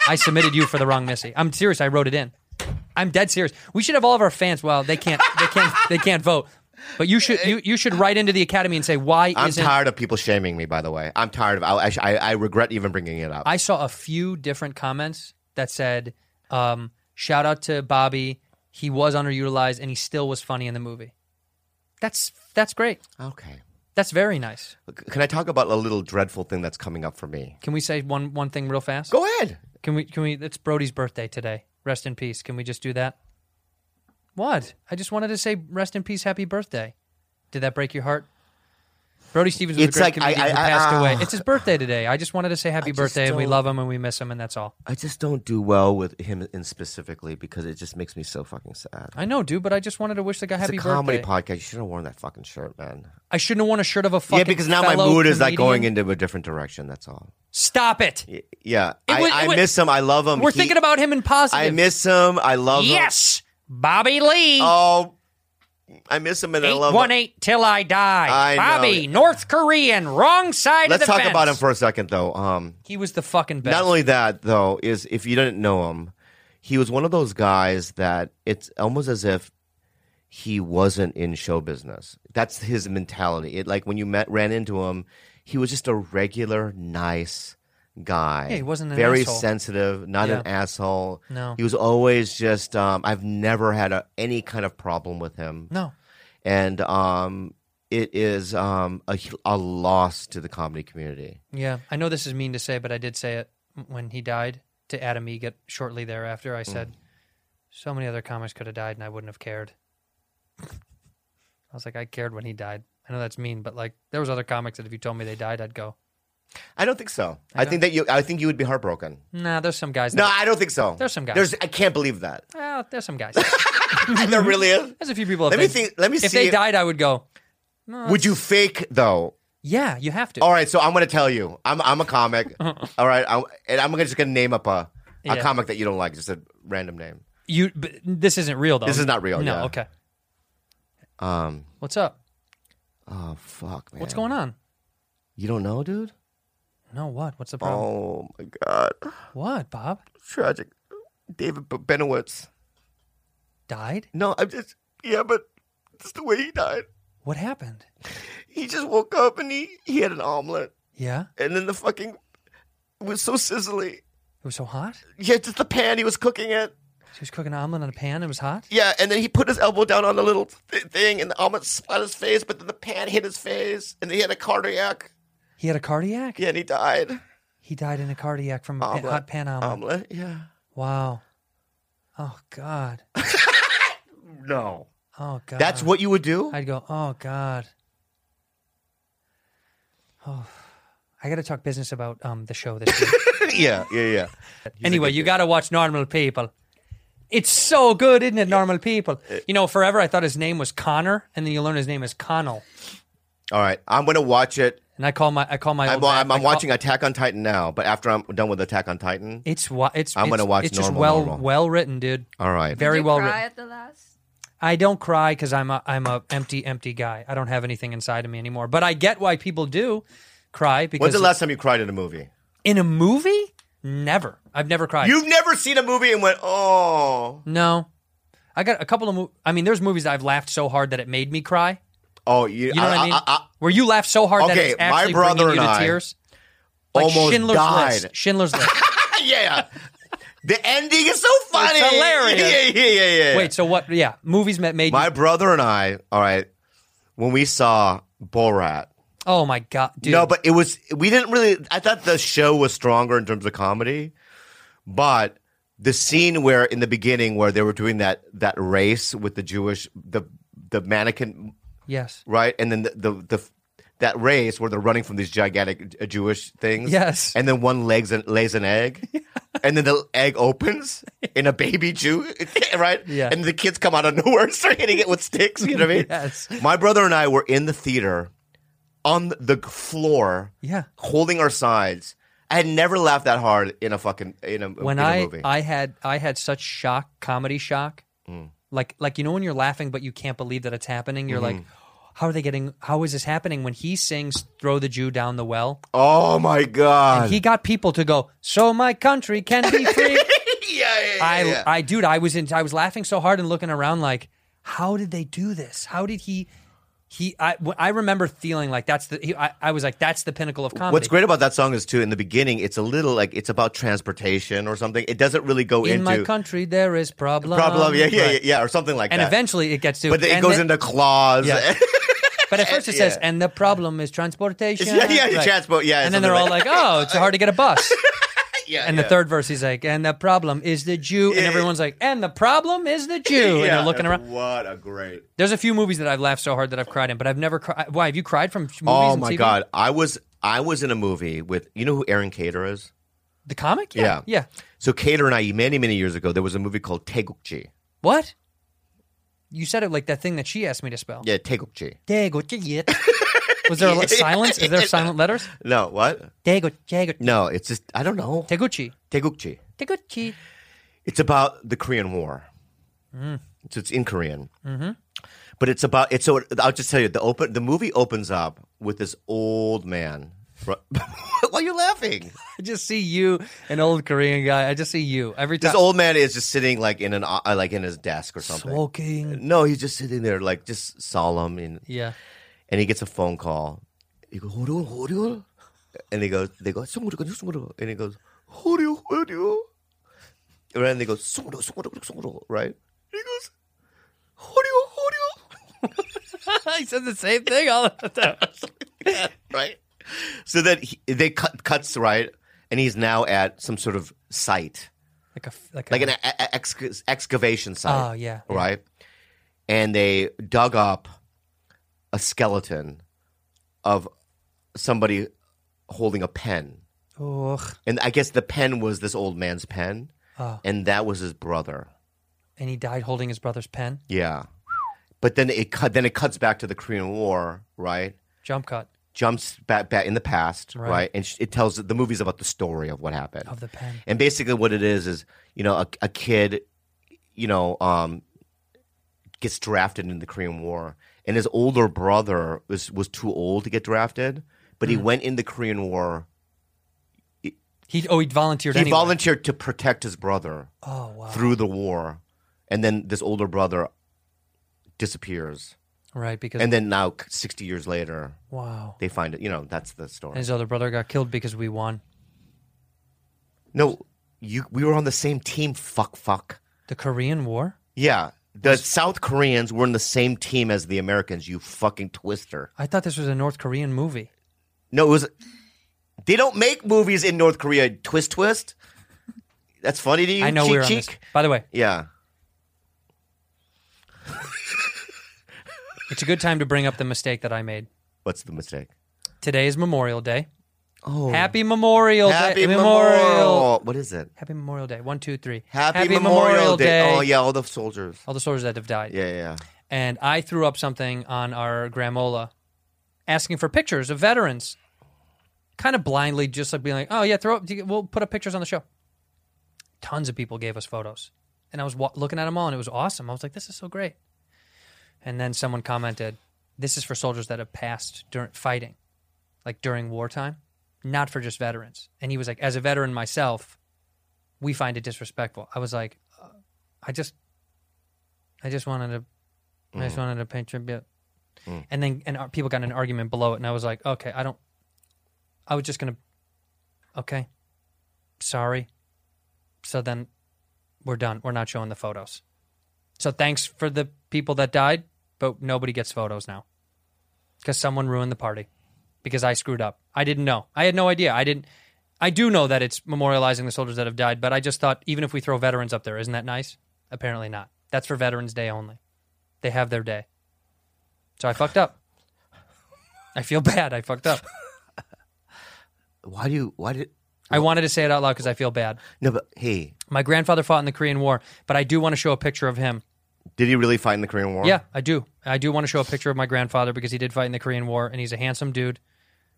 S1: I submitted you for the wrong Missy. I'm serious. I wrote it in. I'm dead serious. We should have all of our fans. Well, they can't. They can't. They can't vote. But you should. You, you should write into the Academy and say why
S2: I'm
S1: isn't.
S2: tired of people shaming me. By the way, I'm tired of. I, I, I regret even bringing it up.
S1: I saw a few different comments that said, um, "Shout out to Bobby. He was underutilized and he still was funny in the movie." That's that's great.
S2: okay.
S1: That's very nice.
S2: Can I talk about a little dreadful thing that's coming up for me?
S1: Can we say one one thing real fast?
S2: Go ahead.
S1: Can we? Can we? It's Brody's birthday today. Rest in peace. Can we just do that? What? I just wanted to say rest in peace, happy birthday. Did that break your heart? Brody Stevens was
S2: It's
S1: a great
S2: like, I-
S1: comedian who
S2: I- I-
S1: passed away.
S2: ah.
S1: It's his birthday today. I just wanted to say happy
S2: just
S1: birthday, and we
S2: don't-
S1: love him and we miss him, and that's all.
S2: I just don't do well with him in specifically because it just makes me so fucking sad.
S1: I know, dude, but I just wanted to wish the guy happy
S2: it's a comedy
S1: birthday.
S2: podcast. You should have worn that fucking shirt, man.
S1: I shouldn't have worn a shirt of a fucking
S2: yeah, because now my
S1: fellow
S2: mood is like
S1: comedian.
S2: going into a different direction. That's all.
S1: Stop it!
S2: Y- Yeah,
S1: It
S2: I,
S1: was- it
S2: I
S1: was-
S2: miss him. I love him.
S1: We're
S2: He-
S1: thinking about him in positive.
S2: I miss him. I love him.
S1: Yes, Bobby Lee.
S2: Oh, I miss him and I love him.
S1: 818 till I die.
S2: I know.
S1: Bobby, North Korean, wrong side
S2: Let's
S1: of the
S2: talk
S1: fence.
S2: about him for a second, though. Um,
S1: He was the fucking best.
S2: Not only that, though, is if you didn't know him, he was one of those guys that it's almost as if he wasn't in show business. That's his mentality. It like when you met ran into him, he was just a regular, nice guy.
S1: Yeah, he wasn't an
S2: very
S1: asshole.
S2: sensitive, not an
S1: Yeah.
S2: asshole.
S1: No.
S2: he was always just. Um, I've never had a, any kind of problem with him
S1: no.
S2: and um, it is um, a, a loss to the comedy community.
S1: Yeah, I know this is mean to say, but I did say it when he died to Adam Egget shortly thereafter.
S2: Mm.
S1: I said, so many other comics could have died and I wouldn't have cared. I was like, I cared when he died. I know that's mean, but like, there was other comics that if you told me they died, I'd go,
S2: I don't think so. I, think that you. I think you would be heartbroken.
S1: nah, there's some guys.
S2: No,
S1: that,
S2: I don't think so.
S1: Mm-hmm. There's some guys.
S2: There's. I can't believe that.
S1: well, there's some guys.
S2: there really is.
S1: There's a few people.
S2: Let
S1: if
S2: me
S1: they-
S2: think- let me
S1: if
S2: see
S1: they
S2: if-
S1: died, I would go,
S2: Would you fake though?
S1: yeah, you have to.
S2: All right, so I'm going to tell you. I'm I'm a comic. All right, I'm, and I'm gonna, just going to name up a a
S1: Uh-huh. Yeah.
S2: comic that you don't like, just a random name.
S1: You, but this isn't real though.
S2: This is not real,
S1: No,
S2: yeah.
S1: okay.
S2: Um.
S1: What's up?
S2: Oh fuck, man.
S1: What's going on?
S2: You don't know, dude.
S1: No, what? What's the problem?
S2: Oh my god,
S1: What, Bob?
S2: tragic. David B- Benowitz.
S1: Died?
S2: No, I'm just. Yeah, but it's the way he died.
S1: What happened?
S2: he just woke up and he, he had an omelet
S1: Yeah,
S2: and then the fucking it was so sizzly
S1: it was so hot.
S2: yeah just the pan he was cooking it
S1: She was cooking an omelet in a pan. It was hot.
S2: yeah and then he put his elbow down on the little th- thing and the omelet splat his face but then the pan hit his face and he had a cardiac
S1: He had a cardiac.
S2: yeah and he died
S1: He died in a cardiac from a pan,
S2: Omelet. Um,
S1: hot pan omelet.
S2: omelet yeah
S1: Wow. Oh God.
S2: no
S1: Oh God.
S2: that's what you would do
S1: I'd go. Oh God. Oh, I got to talk business about um the show this week.
S2: yeah yeah yeah
S1: anyway, you got to watch Normal People. It's so good, isn't it? Normal People. You know, forever I thought his name was Connor, and then you learn his name is Connell.
S2: all right i'm gonna watch it
S1: And I call my I call my.
S2: i'm,
S1: old man-
S2: I'm,
S1: I
S2: I'm
S1: call-
S2: watching attack on titan now but after i'm done with attack on titan
S1: oh, It's wa- it's.
S2: I'm gonna
S1: it's-
S2: watch
S1: It's just
S2: Normal
S1: well
S2: Normal.
S1: well written, dude.
S2: all right
S1: Very
S8: Did you
S1: well
S8: cry
S1: written.
S8: at the last?
S1: I don't cry because I'm a I'm a empty empty guy. I don't have anything inside of me anymore. But I get why people do cry because
S2: when's the last time you cried in a movie
S1: in a movie. Never. I've never cried.
S2: You've never seen a movie and went, oh,
S1: no. I got a couple of. Mo- I mean, there's movies I've laughed so hard that it made me cry.
S2: oh, you,
S1: You know what I mean? Where you laugh so hard that
S2: Okay,
S1: it's
S2: my
S1: actually
S2: brother
S1: bringing you
S2: and
S1: to
S2: I
S1: tears. Like
S2: almost
S1: Schindler's
S2: died.
S1: List. Schindler's List.
S2: yeah, the ending is so funny,
S1: hilarious.
S2: Yeah, yeah, yeah, yeah.
S1: Wait, so what? Yeah, movies that made.
S2: my
S1: you-
S2: brother and I, all right, when we saw Borat,
S1: oh my god, dude.
S2: no, but it was we didn't really. I thought the show was stronger in terms of comedy, but the scene where in the beginning where they were doing that that race with the Jewish the the mannequin
S1: yes,
S2: right? And then the the the, that race where they're running from these gigantic uh, Jewish things.
S1: Yes.
S2: And then one legs an, lays an egg, and then the egg opens in a baby Jew, right?
S1: Yeah.
S2: And the kids come out of nowhere and start hitting it with sticks. You know what I mean?
S1: Yes.
S2: My brother and I were in the theater on the floor,
S1: Yeah.
S2: holding our sides. I had never laughed that hard in a fucking in a,
S1: when
S2: in a
S1: I
S2: movie.
S1: I had I had such shock comedy shock,
S2: Mm.
S1: like like you know when you're laughing but you can't believe that it's happening. You're like,
S2: Mm-hmm.
S1: how are they getting? How is this happening? When he sings "Throw the Jew down the well,"
S2: oh my god!
S1: he got people to go. So my country can be free.
S2: yeah, yeah, yeah,
S1: I
S2: yeah.
S1: I dude, I was in. I was laughing so hard and looking around like, how did they do this? How did he? He I w- I remember feeling like that's the he, I, I was like that's the pinnacle of comedy.
S2: What's great about that song is too in the beginning it's a little like it's about transportation or something. It doesn't really go
S1: in
S2: into
S1: my country there is problem.
S2: problem, yeah, yeah,
S1: Right.
S2: yeah, yeah, or something like
S1: And
S2: that.
S1: eventually it gets to
S2: but then it
S1: and
S2: goes
S1: the-
S2: into claws.
S1: Yeah. But at first it says,
S2: Yeah.
S1: and the problem is transportation.
S2: Yeah, yeah, transport- yeah,
S1: And then they're all
S2: something
S1: like, oh, it's hard to get a bus.
S2: yeah,
S1: And
S2: yeah.
S1: the third verse, he's like, and the problem is the Jew. And
S2: Yeah.
S1: everyone's like, and the problem is the Jew. And
S2: Yeah.
S1: they're looking around.
S2: What a great!
S1: There's a few movies that I've laughed so hard that I've cried in, but I've never cried. Why? Have you cried from movies?
S2: Oh
S1: and
S2: my
S1: TV?
S2: god! I was I was in a movie with you know who Aaron Cater is.
S1: The comic?
S2: Yeah.
S1: Yeah. Yeah.
S2: So Cater and I many many years ago there was a movie called Taegukji.
S1: What? You said it like that thing that she asked me to spell.
S2: Yeah, Taegukji.
S1: Dago, chigit. Was there a li- silence? Is there silent letters?
S2: No, what?
S1: Dago, Dago,
S2: No, it's just I don't know.
S1: Teguchi.
S2: Taegukji.
S1: Teguchi.
S2: It's about the Korean War. So it's in Korean. Mm-hmm. But it's about it's so I'll just tell you the open the movie opens up with this old man. Why are you laughing?
S1: I just see you, an old Korean guy. I just see you every time.
S2: This old man is just sitting like in an uh, like in his desk or something.
S1: Smoking.
S2: No, he's just sitting there like just solemn and
S1: Yeah.
S2: and he gets a phone call. He goes, "Horyul, Horyul," and he goes, "They go, "송으로, 송으로," and he goes, "Horyul, Horyul," and then they go, "송으로, 송으로, 송으로," right? He goes, "Horyul, Horyul,"
S1: he says the same thing all the time.
S2: right? So then he, they cut cuts right, and he's now at some sort of site,
S1: Like a like,
S2: like
S1: a,
S2: an a- a- exca- excavation site.
S1: Oh, yeah, yeah.
S2: right. And they dug up a skeleton of somebody holding a pen.
S1: Ugh.
S2: And I guess the pen was this old man's pen,
S1: Oh.
S2: and that was his brother.
S1: and he died holding his brother's pen.
S2: Yeah, but then it cut. Then it cuts back to the Korean War, right?
S1: Jump cut
S2: Jumps back, back in the past, right?
S1: Right.
S2: And sh- it tells the movie's about the story of what happened.
S1: of the pen.
S2: and basically, what it is is you know a, a kid, you know, um, gets drafted in the Korean War, and his older brother was was too old to get drafted, but
S1: Mm.
S2: he went in the Korean War.
S1: He oh he volunteered.
S2: He
S1: anyway.
S2: volunteered to protect his brother.
S1: Oh wow.
S2: through the war, and then this older brother disappears,
S1: Right because
S2: and then now sixty years later
S1: wow.
S2: they find it. You know, that's the
S1: And
S2: story.
S1: his other brother got killed because we won.
S2: No, you we were on the same team. Fuck, fuck.
S1: The Korean War.
S2: Yeah, the South Koreans were in the same team as the Americans. You fucking twister.
S1: I thought this was a North Korean movie.
S2: No, it was. They don't make movies in North Korea. Twist, twist. That's funny to you.
S1: I know
S2: cheek,
S1: we were on
S2: cheek.
S1: this. By the way,
S2: Yeah.
S1: it's a good time to bring up the mistake that I made.
S2: What's the mistake?
S1: Today is Memorial Day. Oh, happy Memorial Day!
S2: Happy
S1: Memorial.
S2: What is it?
S1: Happy Memorial Day. One, two, three.
S2: Happy, Memorial, Day. Oh yeah, all the soldiers.
S1: All the soldiers that have died.
S2: Yeah, yeah.
S1: and I threw up something on our Gramola asking for pictures of veterans, kind of blindly, just like being like, oh, yeah, throw up, we'll put up pictures on the show. Tons of people gave us photos. And I was wa- looking at them all, and it was awesome. I was like, this is so great. And then someone commented, this is for soldiers that have passed during fighting, like during wartime, not for just veterans. And he was like, as a veteran myself, we find it disrespectful. I was like, uh, I just, I just wanted to I just wanted to pay tribute. And then and uh, people got in an argument below it, and I was like, okay, I don't. I was just gonna. Okay, sorry. So then, we're done. We're not showing the photos. So thanks for the people that died, but nobody gets photos now, because someone ruined the party, because I screwed up. I didn't know. I had no idea. I didn't. I do know that it's memorializing the soldiers that have died, but I just thought even if we throw veterans up there, isn't that nice? Apparently not. That's for Veterans Day only they have their day. So I fucked up. I feel bad. I fucked up.
S2: Why do you? Why did?
S1: I wanted to say it out loud because I feel bad.
S2: No, but hey,
S1: My grandfather fought in the Korean War, but I do want to show a picture of him.
S2: did he really fight in the Korean War?
S1: Yeah, I do. I do want to show a picture of my grandfather because he did fight in the Korean War, and he's a handsome dude.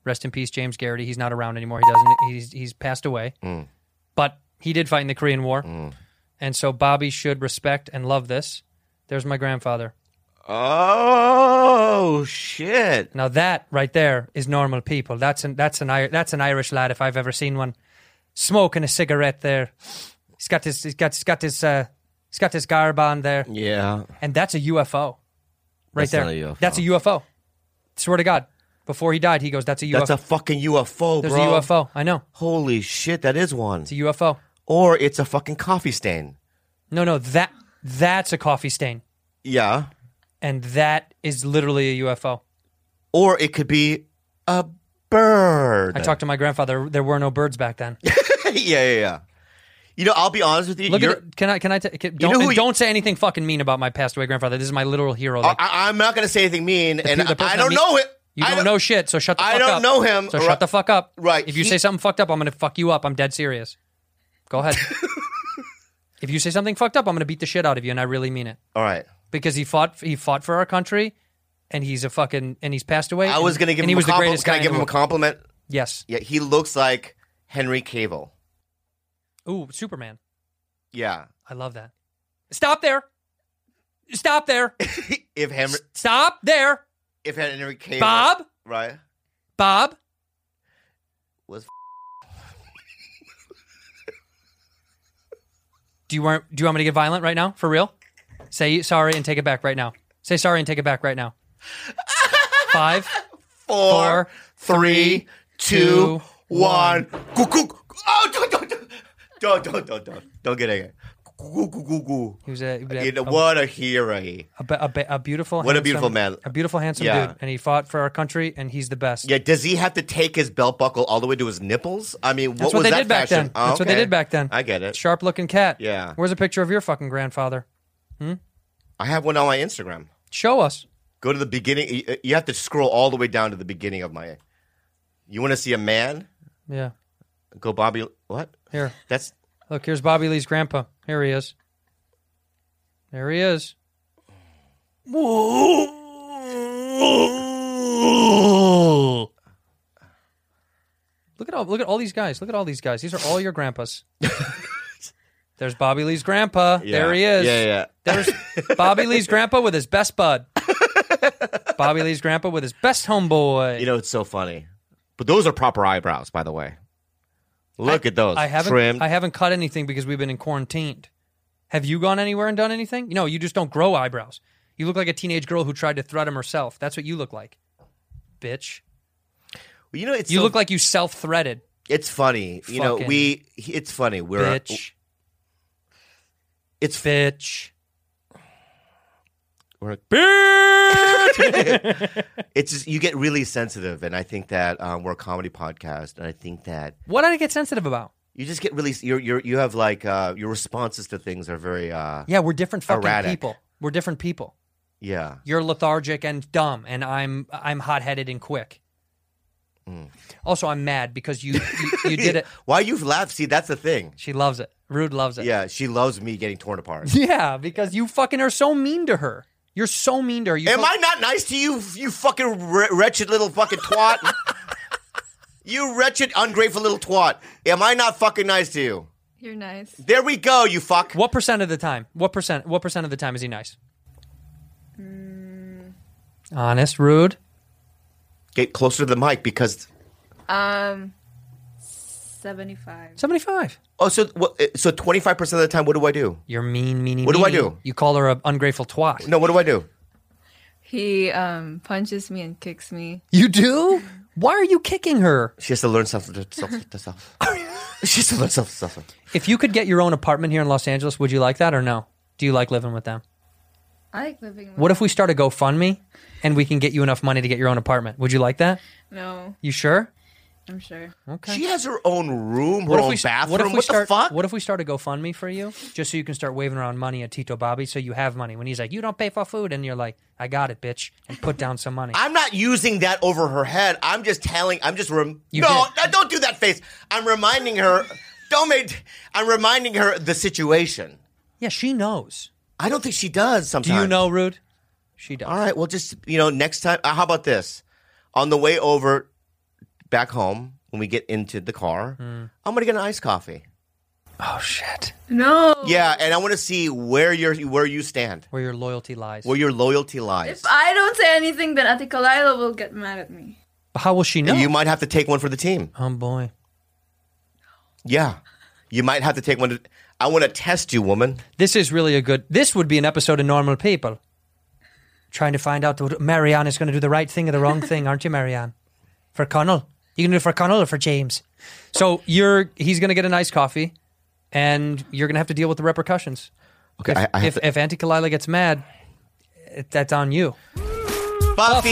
S1: Rest in peace, James Garrity. He's not around anymore. He doesn't. He's he's passed away. But he did fight in the Korean War, and so Bobby should respect and love this. There's my grandfather.
S2: Oh shit!
S1: Now that right there is normal people. That's an that's an Ir- that's an Irish lad if I've ever seen one, smoking a cigarette there. He's got his he's got he's got his uh, he's got his garb on there.
S2: Yeah.
S1: and that's a UFO, right
S2: That's
S1: there.
S2: not a UFO.
S1: That's a UFO. Swear to God, before he died, he goes, "That's a UFO."
S2: That's a fucking UFO,
S1: There's
S2: bro.
S1: a UFO. I know.
S2: Holy shit, that is one.
S1: It's a UFO.
S2: Or it's a fucking coffee stain.
S1: No, no, that that's a coffee stain,
S2: Yeah.
S1: and that is literally a UFO.
S2: Or it could be a bird.
S1: I talked to my grandfather. There were no birds back then.
S2: yeah, yeah, yeah. You know, I'll be honest with you.
S1: Look
S2: you're,
S1: at it. Can I? Can I? T- can, don't
S2: know who
S1: and
S2: you-
S1: don't say anything fucking mean about my passed away grandfather. This is my literal hero. Like,
S2: I, I'm not going to say anything mean, and
S1: pe- the person
S2: I don't
S1: that
S2: know
S1: me-
S2: it.
S1: you
S2: I
S1: don't, know shit, so shut the
S2: I
S1: fuck up.
S2: don't know him.
S1: So
S2: Right.
S1: shut the fuck up.
S2: Right.
S1: If you
S2: He-
S1: say something fucked up, I'm going to fuck you up. I'm dead serious. Go ahead. if you say something fucked up, I'm going to beat the shit out of you, and I really mean it.
S2: All right.
S1: because he fought he fought for our country, and he's a fucking and he's passed away.
S2: I was going to
S1: to and
S2: give him
S1: he
S2: a
S1: was the
S2: compliment.
S1: greatest
S2: Can
S1: guy.
S2: I
S1: in
S2: give
S1: the
S2: him a
S1: world.
S2: compliment?
S1: Yes.
S2: Yeah, he looks like Henry Cavill.
S1: Ooh, Superman.
S2: Yeah.
S1: I love that. Stop there. Stop there.
S2: if Henry,
S1: Stop there.
S2: if Henry Cavill,
S1: Bob.
S2: right,
S1: Bob.
S2: was
S1: Do you want do you want me to get violent right now? For real? Say sorry and take it back right now. Say sorry and take it back right now. Five.
S2: four, three, two, one. Goo, goo, goo. Oh, don't, don't, don't, don't, don't, don't, don't, don't get angry. Goo, goo, goo, goo.
S1: He was a, he was a-
S2: You know, what a hero he.
S1: a, a, a, a beautiful
S2: What a
S1: handsome-
S2: beautiful man.
S1: a beautiful handsome
S2: Yeah.
S1: dude and he fought for our country and he's the best
S2: Yeah, does he have to take his belt buckle all the way to his nipples? I mean, what
S1: That's what,
S2: was
S1: they
S2: that
S1: did back
S2: fashion?
S1: then.
S2: Oh,
S1: That's what they
S2: okay.
S1: did back then.
S2: I get it.
S1: Sharp looking cat.
S2: Yeah.
S1: Where's a picture of your fucking grandfather?
S2: I have one on my Instagram.
S1: Show us.
S2: Go to the beginning. you- uh, You have to scroll all the way down to the beginning of my. You want to see a man?
S1: Yeah.
S2: Go Bobby. What?
S1: Here.
S2: That's
S1: Look, here's Bobby Lee's grandpa. Here he is. There he is. Look at all look at all these guys. Look at all these guys. These are all your grandpas. There's Bobby Lee's grandpa.
S2: Yeah.
S1: There he is.
S2: Yeah, yeah.
S1: There's Bobby Lee's grandpa with his best bud. Bobby Lee's grandpa with his best homeboy.
S2: You know, it's so funny. But those are proper eyebrows, by the way. Look at those.
S1: I haven't
S2: trimmed.
S1: I haven't cut anything because we've been in quarantined. Have you gone anywhere and done anything? No, you just don't grow eyebrows. You look like a teenage girl who tried to thread them herself. That's what you look like. Bitch.
S2: you know, it's
S1: You
S2: so-
S1: look like you self-threaded.
S2: it's funny. You know,
S1: Fucking
S2: we it's funny. We're a-
S1: Bitch.
S2: it's
S1: Bitch.
S2: we're a- Bitch! it's just you get really sensitive, and I think that um, we're a comedy podcast, and I think that
S1: What did I get sensitive about?
S2: you just get really you're, you're you have like uh, your responses to things are very uh,
S1: Yeah, we're different fucking
S2: Erratic.
S1: people. We're different people.
S2: yeah.
S1: You're lethargic and dumb, and I'm I'm hot-headed and quick.
S2: Hmm.
S1: Also, I'm mad because you you, you did it.
S2: Why you've laughed? See, that's the thing.
S1: She loves it. Rude loves it.
S2: Yeah, she loves me getting torn apart.
S1: Yeah, because you fucking are so mean to her. You're so mean to her. You
S2: Am
S1: fuck-
S2: I not nice to you, you fucking wre- wretched little fucking twat? you wretched, ungrateful little twat. Am I not fucking nice to you?
S8: You're nice.
S2: There we go, you fuck.
S1: What percent of the time? What percent? What percent of the time is he nice? Honest, rude.
S2: Get closer to the mic because.
S8: Um, seventy-five.
S1: Seventy-five.
S2: Oh, so what, uh, so twenty five percent of the time, what do I do?
S1: You're mean, meanie.
S2: What do I
S1: meanie.
S2: do?
S1: You call her an ungrateful twat.
S2: No, what do I do?
S8: He um punches me and kicks me.
S1: You do. Why are you kicking her?
S2: She has to learn self self self. she has to learn self self.
S1: If you could get your own apartment here in Los Angeles, would you like that or no? Do you like living with them?
S8: I like living. With
S1: What if we start a GoFundMe and we can get you enough money to get your own apartment? Would you like that?
S8: no?
S1: You sure?
S8: I'm sure.
S1: Okay.
S2: She has her own room, her
S1: What if
S2: own
S1: we s-
S2: bathroom.
S1: What
S2: What,
S1: if we
S2: the
S1: start?
S2: fuck?
S1: What if we start a GoFundMe for you, just so you can start waving around money at Tito Bobby, so you have money when he's like, "You don't pay for food," and you're like, "I got it, bitch," and put down some money.
S2: I'm not using that over her head. I'm just telling. I'm just rem-
S1: You
S2: no,
S1: did.
S2: no, don't do that face. I'm reminding her. Don't make. I'm reminding her the situation.
S1: yeah, she knows.
S2: I don't think she does.
S1: Do
S2: Sometimes.
S1: you know, Rude? She does.
S2: All right. Well, just you know, next time. uh, How about this? On the way over back home, when we get into the car,
S1: Hmm.
S2: I'm gonna get an iced coffee.
S1: Oh shit.
S8: No.
S2: Yeah, and I want to see where your where you stand,
S1: Where your loyalty lies.
S2: where your loyalty lies.
S8: If I don't say anything, then Ate Kalaila will get mad at me.
S1: But How will she know?
S2: You might have to take one for the team.
S1: oh boy.
S2: Yeah, you might have to take one. To, I want to test you, woman.
S1: This is really a good. This would be an episode of Normal People. Trying to find out what Marianne is going to do the right thing or the wrong thing, aren't you, Marianne? For Connell, you can do it for Connell or for James. So you're he's going to get a nice coffee, and you're going to have to deal with the repercussions.
S2: Okay,
S1: If
S2: I, I have
S1: if,
S2: to-
S1: if Auntie Kalila gets mad, it- that's on you.
S2: Buffy!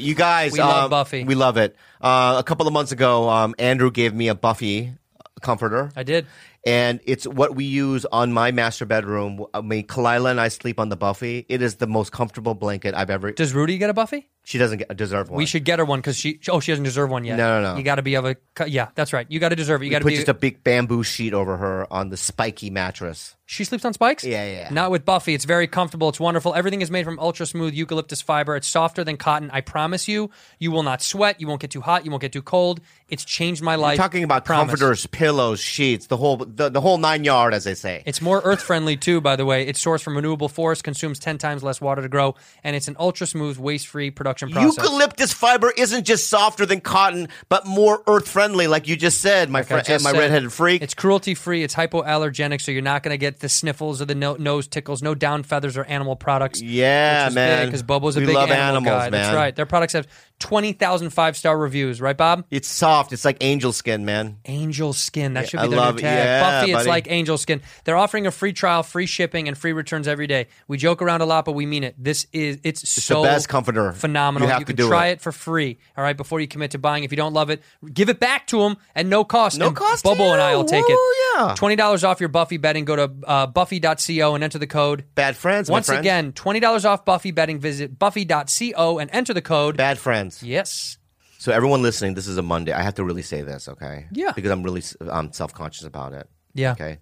S2: You guys,
S1: We love
S2: um,
S1: Buffy.
S2: We love it. Uh, a couple of months ago, um, Andrew gave me a Buffy comforter,
S1: I did.
S2: and it's what we use on my master bedroom. I mean, Kalila and I sleep on the Buffy. It is the most comfortable blanket I've ever.
S1: Does Rudy get a Buffy?
S2: she doesn't get, deserve one.
S1: We should get her one because she. Oh, she doesn't deserve one yet.
S2: No, no, no.
S1: You got to be of a. cu- Yeah, that's right. You got to deserve it. You got to
S2: put
S1: be.
S2: just a big bamboo sheet over her on the spiky mattress.
S1: She sleeps on spikes?
S2: Yeah, yeah.
S1: Not with Buffy. It's very comfortable. It's wonderful. Everything is made from ultra smooth eucalyptus fiber. It's softer than cotton. I promise you, you will not sweat. You won't get too hot. You won't get too cold. It's changed my life.
S2: Talking about
S1: Promise.
S2: comforters, pillows, sheets, the whole the, the whole nine yard, as they say.
S1: It's more earth friendly too, by the way. It's sourced from renewable forests, consumes ten times less water to grow, and it's an ultra smooth, waste free production process.
S2: Eucalyptus fiber isn't just softer than cotton, but more earth friendly, like you just said, my
S1: Like I
S2: friend,
S1: just
S2: my
S1: said,
S2: redheaded freak.
S1: It's cruelty free. It's hypoallergenic, so you're not going to get the sniffles or the no- nose tickles, no down feathers or animal products.
S2: Yeah, man.
S1: Because Bobo's a
S2: We
S1: big
S2: love
S1: animal
S2: animals,
S1: guy. That's
S2: man.
S1: right. Their products have 20,000 five star reviews, right, Bob?
S2: It's soft. It's like angel skin, man.
S1: Angel Skin. That should
S2: I
S1: be their
S2: love
S1: new
S2: it.
S1: tag.
S2: Yeah,
S1: Buffy, it's
S2: buddy.
S1: like Angel Skin. They're offering a free trial, free shipping, and free returns every day. We joke around a lot, but we mean it. This is it's, so
S2: best comforter.
S1: phenomenal.
S2: You have to
S1: can
S2: do
S1: try it.
S2: it.
S1: for free. All right, before you commit to buying. If you don't love it, give it back to them at no cost.
S2: No
S1: and
S2: cost to
S1: Bobo and I
S2: you.
S1: will take it.
S2: Woo, yeah.
S1: twenty dollars off your Buffy betting. Go to uh, Buffy.co and enter the code.
S2: Bad friends, my
S1: Once
S2: friend.
S1: again, twenty dollars off Buffy betting. Visit Buffy.co and enter the code.
S2: Bad friends.
S1: Yes.
S2: So everyone listening, this is a Monday. I have to really say this, okay?
S1: Yeah.
S2: Because I'm really um, self conscious about it.
S1: Yeah.
S2: Okay.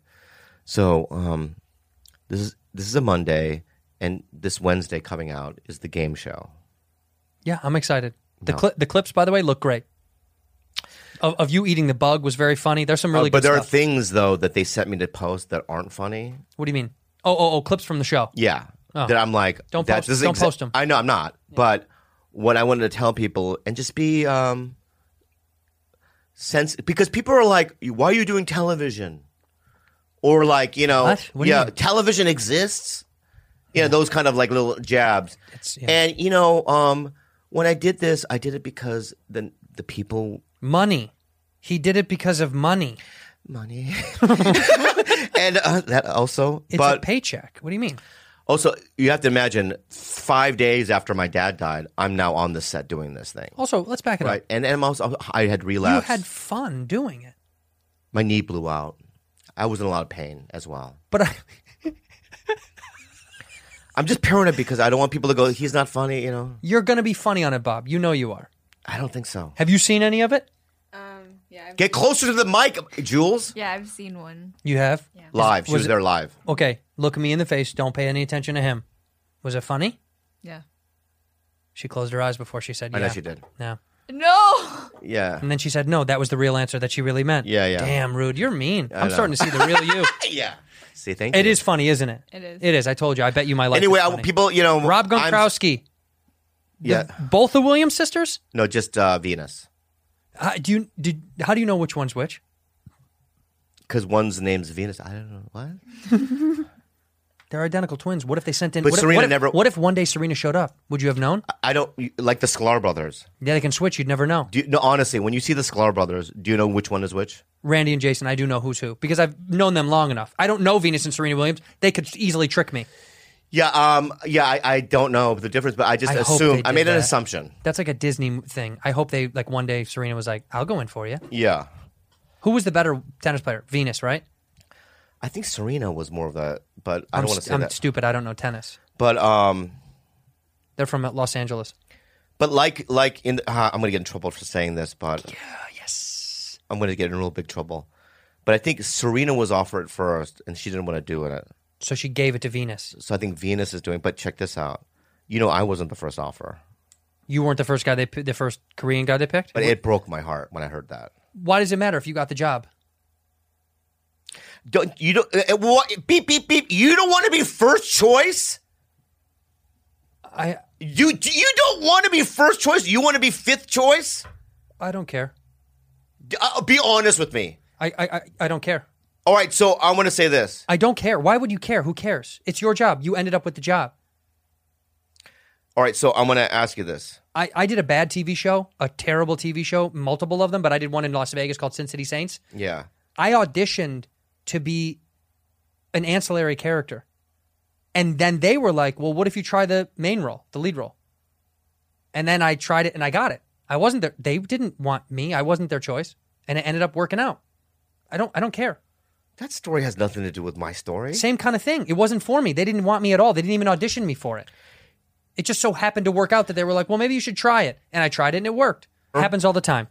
S2: So um, this is this is a Monday, and this Wednesday coming out is the game show.
S1: Yeah, I'm excited. The
S2: No.
S1: cli- the clips, by the way, look great. Of, of you eating the bug was very funny. There's some really
S2: Uh, but
S1: good
S2: there
S1: stuff.
S2: are things though that they sent me to post that aren't funny.
S1: what do you mean? Oh, oh, oh, clips from the show.
S2: Yeah.
S1: Oh.
S2: That I'm like,
S1: Don't
S2: that
S1: post-
S2: doesn't
S1: don't
S2: exi-
S1: post 'em.
S2: I know I'm not, but what I wanted to tell people and just be um sense because people are like, why are you doing television? Or like, you know,
S1: What? What do you
S2: yeah,
S1: mean?
S2: television exists. You know, those kind of like little jabs.
S1: It's- yeah.
S2: And you know, um when I did this, I did it because the the people
S1: Money. He did it because of money.
S2: money. and uh, that also
S1: It's
S2: but
S1: a paycheck. What do you mean?
S2: Also, you have to imagine five days after my dad died, I'm now on the set doing this thing.
S1: Also, let's back it
S2: Right.
S1: up.
S2: And, and I'm also, I had
S1: You
S2: relapsed.
S1: had fun doing it,
S2: my knee blew out. I was in a lot of pain as well.
S1: but I,
S2: I'm just paranoid because I don't want people to go, he's not funny, you know?
S1: you're going to be funny on it, Bob. You know you are.
S2: I don't think so.
S1: Have you seen any of it?
S8: Um, yeah, I've,
S2: Get closer to the mic, Jules.
S8: yeah, I've seen one.
S1: You have.
S2: Live. She
S1: was
S2: was,
S1: it-
S2: there live.
S1: Okay, look me in the face. Don't pay any attention to him. Was it funny?
S8: Yeah.
S1: She closed her eyes before she said
S2: I
S1: yeah.
S2: know she did.
S1: Yeah.
S8: No!
S2: Yeah.
S1: And then she said, no, that was the real answer that she really meant.
S2: Yeah, yeah.
S1: Damn, Rude, you're mean. I am
S2: know.
S1: starting to see the real you.
S2: Yeah. See, thank
S1: It
S2: you.
S1: is funny, isn't it?
S8: It is.
S1: It is. I told you. I bet you my life.
S2: Anyway,
S1: is
S2: I,
S1: funny.
S2: people, you know.
S1: Rob
S2: I'm-
S1: Gronkowski,
S2: Yeah.
S1: both the Williams sisters.
S2: No, just uh, Venus.
S1: Uh, do you did? How do you know which one's which?
S2: Because one's name's Venus. I don't know. What?
S1: They're identical twins. What if they sent in?
S2: But
S1: what if-
S2: Serena
S1: what if,
S2: never- Uh,
S1: What if one day Serena showed up? Would you have known?
S2: I don't, like the Sklar brothers.
S1: Yeah, they can switch. You'd never know.
S2: Do you, no, honestly, when you see the Sklar brothers, do you know which one is which?
S1: Randy and Jason, I do know who's who because I've known them long enough. I don't know Venus and Serena Williams. They could easily trick me.
S2: Yeah, um, yeah, I, I don't know the difference, but I just
S1: I hope
S2: assume
S1: they
S2: I
S1: did
S2: made an
S1: that.
S2: assumption.
S1: That's like a Disney thing. I hope they like one day Serena was like, "I'll go in for you."
S2: Yeah,
S1: Who was the better tennis player? Venus, right?
S2: I think Serena was more of that, but I
S1: am
S2: don't want to say
S1: I'm
S2: that.
S1: stupid. I don't know tennis.
S2: but um,
S1: They're from Los Angeles.
S2: but like like in uh, I'm gonna get in trouble for saying this, but
S1: Yes.
S2: I'm gonna get in real big trouble. But I think Serena was offered first, and she didn't want to do it.
S1: So she gave it to Venus.
S2: So I think Venus is doing. But check this out. You know, I wasn't the first offer,
S1: You weren't the first guy they pi- the first Korean guy they picked.
S2: but it broke my heart when I heard that.
S1: Why does it matter if you got the job?
S2: Don't you don't uh, uh, what beep beep beep? You don't want to be first choice.
S1: I
S2: You do- you don't want to be first choice. You want to be fifth choice.
S1: I don't care.
S2: D- uh, be honest with me.
S1: I I I, I don't care.
S2: All right, so I'm going to say this.
S1: I don't care. Why would you care? Who cares? It's your job. You ended up with the job.
S2: All right, so I'm going to ask you this.
S1: I, I did a bad TV show, a terrible TV show, multiple of them, but I did one in Las Vegas called Sin City Saints.
S2: Yeah.
S1: I auditioned to be an ancillary character. And then they were like, well, what if you try the main role, the lead role? And then I tried it and I got it. I wasn't there. They didn't want me. I wasn't their choice. And it ended up working out. I don't I don't care.
S2: That story has nothing to do with my story.
S1: Same kind of thing. It wasn't for me. They didn't want me at all. They didn't even audition me for it. It just so happened to work out that they were like, well, maybe you should try it. And I tried it and it worked. Happens all the time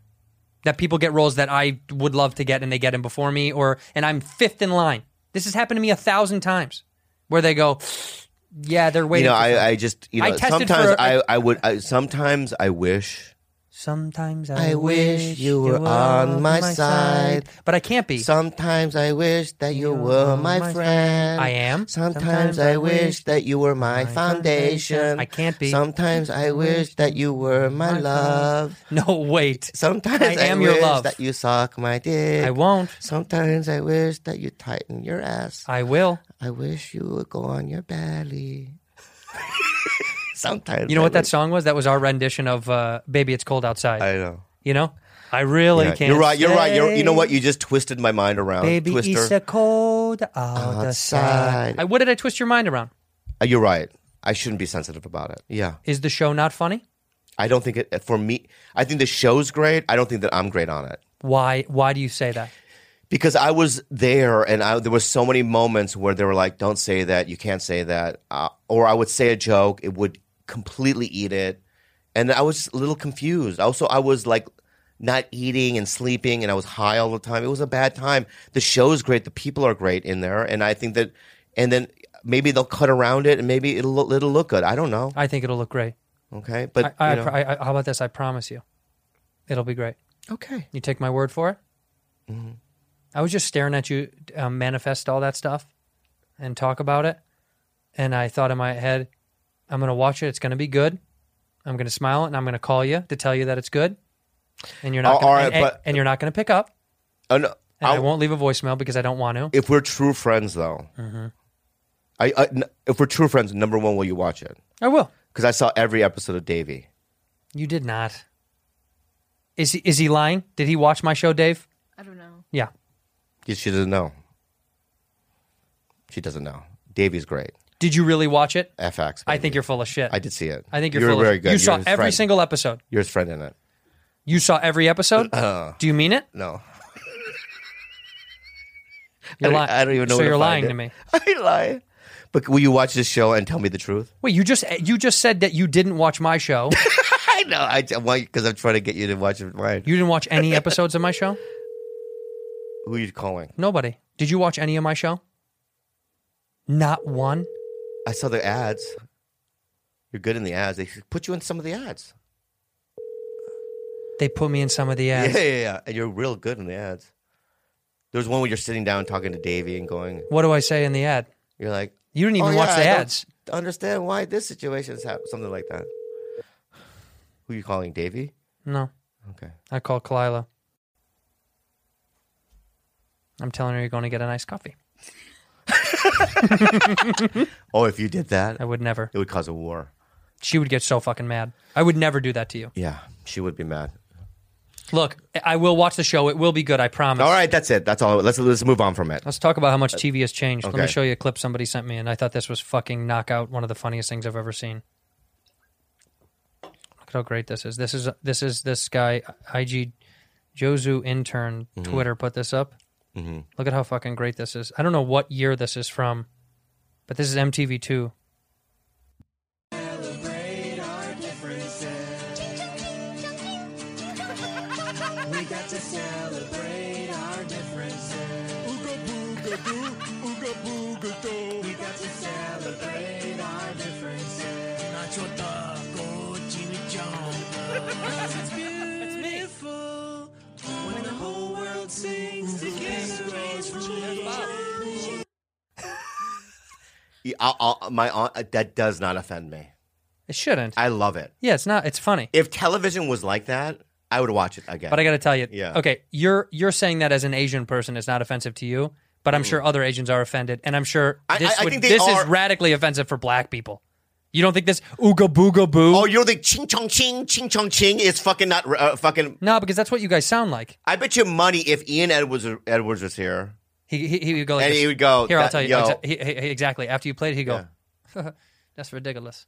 S1: that people get roles that I would love to get and they get them before me or, and I'm fifth in line. This has happened to me a thousand times where they go, yeah, they're
S2: you
S1: waiting.
S2: know,
S1: for something."
S2: I, uh, I just, you
S1: I
S2: know,
S1: tested
S2: sometimes
S1: for a-
S2: I, I would, I, sometimes I wish,
S1: sometimes I,
S2: I wish you were on my side.
S1: but I can't be.
S2: sometimes I wish that you were my friend.
S1: I am.
S2: Sometimes I wish that you were my foundation.
S1: I can't be.
S2: Sometimes I wish that you were my love.
S1: no, wait.
S2: Sometimes
S1: I
S2: I,
S1: am your
S2: wish
S1: love.
S2: that you suck my dick.
S1: I won't.
S2: Sometimes I wish that you tighten your ass.
S1: I will.
S2: I wish you would go on your belly. Sometimes
S1: You know
S2: I
S1: what that
S2: wish-
S1: song was? That was our rendition of uh, "Baby It's Cold Outside."
S2: I know.
S1: you know, I really
S2: Yeah,
S1: can't.
S2: you're right. You're right. You're, you know what?
S1: stay.
S2: You just twisted my mind around.
S1: baby
S2: Twister.
S1: it's a cold outside.
S2: Outside.
S1: I, what did I twist your mind around?
S2: Uh, you're right. I shouldn't be sensitive about it. Yeah.
S1: Is the show not funny?
S2: I don't think it for me. I think the show's great. I don't think that I'm great on it
S1: Why? Why do you say that?
S2: because I was there and I, there was so many moments where they were like, "Don't say that. You can't say that." Uh, or I would say a joke. It would completely eat it, and I was a little confused. Also, I was like not eating and sleeping, and I was high all the time. It was a bad time. The show's great. The people are great in there, and I think that. And then maybe they'll cut around it, and maybe it'll lo- it'll look good. I don't know.
S1: I think it'll look great.
S2: Okay, but
S1: I, I,
S2: you know.
S1: I, I- how about this? I promise you, it'll be great.
S2: okay.
S1: You take my word for it.
S2: Mm-hmm.
S1: I was just staring at you um, manifest all that stuff and talk about it, and I thought in my head, I'm gonna watch it. It's gonna be good. I'm gonna smile and I'm gonna call you to tell you that it's good, and you're not.
S2: All-
S1: gonna,
S2: all right,
S1: and,
S2: but-
S1: and you're not gonna pick up.
S2: Oh, no,
S1: And I
S2: I'll-
S1: won't leave a voicemail because I don't want to.
S2: if we're true friends though
S1: Mm-hmm.
S2: I, I n- if we're true friends number one will you watch it
S1: I will.
S2: because i saw every episode of davey
S1: You did not. Is he is he lying? Did he watch my show, Dave?
S8: I don't know.
S1: Yeah.
S2: Yeah, she doesn't know she doesn't know davey's great
S1: Did you really watch it?
S2: fx
S1: I
S2: baby.
S1: think you're full of shit.
S2: i did see it
S1: I think you're,
S2: you
S1: full
S2: were very
S1: of,
S2: good
S1: You saw
S2: You're his
S1: every
S2: friend.
S1: single episode.
S2: you're his friend in it
S1: You saw every episode.
S2: Uh-huh.
S1: Do you mean it?
S2: no
S1: You're
S2: I,
S1: lying.
S2: I don't even know
S1: So
S2: where to
S1: you're
S2: find
S1: lying
S2: it.
S1: to me.
S2: i lie but will you watch this show and tell me the truth
S1: Wait, you just you just said that you didn't watch my show.
S2: i know i because i'm trying to get you to watch it mine
S1: you didn't watch any episodes of my show.
S2: who are you calling
S1: Nobody. Did you watch any of my show? Not one.
S2: i saw the ads you're good in the ads they put you in some of the ads
S1: They put me in some of the ads.
S2: Yeah, yeah, yeah. And you're real good in the ads. There's one where you're sitting down talking to Davey and going,
S1: What do I say in the ad?
S2: you're like,
S1: You didn't
S2: "Oh,
S1: even
S2: yeah,
S1: watch the
S2: I don't
S1: ads.
S2: Understand why this situation is happening, something like that. Who you calling, Davey?
S1: No.
S2: Okay.
S1: I call Kalila. I'm telling her you're going to get a nice coffee.
S2: Oh, if you did that,
S1: I would never.
S2: it would cause a war.
S1: She would get so fucking mad. I would never do that to you.
S2: Yeah, she would be mad.
S1: Look, I will watch the show. It will be good. I promise.
S2: All right, that's it. That's all. Let's let's move on from it.
S1: Let's talk about how much TV has changed. Let me
S2: Uh, okay.
S1: show you a clip somebody sent me, and I thought this was fucking knockout. One of the funniest things I've ever seen. Look at how great this is. This is this is this guy IG Jozu intern
S2: Mm-hmm.
S1: Twitter put this up. Look at how fucking great this is. I don't know what year this is from, but this is MTV Two.
S2: Yeah, I'll, I'll, my aunt, that does not offend me.
S1: It shouldn't.
S2: I love it.
S1: yeah, it's not. It's funny.
S2: If television was like that, I would watch it again.
S1: But I got to tell you,
S2: Yeah.
S1: Okay, you're you're saying that as an Asian person, it's not offensive to you. But I'm sure other Asians are offended, and I'm sure
S2: I-
S1: this,
S2: I- I
S1: would,
S2: think they
S1: this
S2: are-
S1: is radically offensive for black people. You don't think this ooga booga boo?
S2: oh, you don't think ching chong ching ching chong ching is fucking not uh, fucking?
S1: no, because that's what you guys sound like.
S2: I bet you money if Ian Edwards Edwards was here,
S1: He he, he would go like
S2: And
S1: this.
S2: he would go,
S1: here. I'll
S2: that-
S1: tell you
S2: yo.
S1: exa- he- he- he- exactly after you played. He go, that's ridiculous,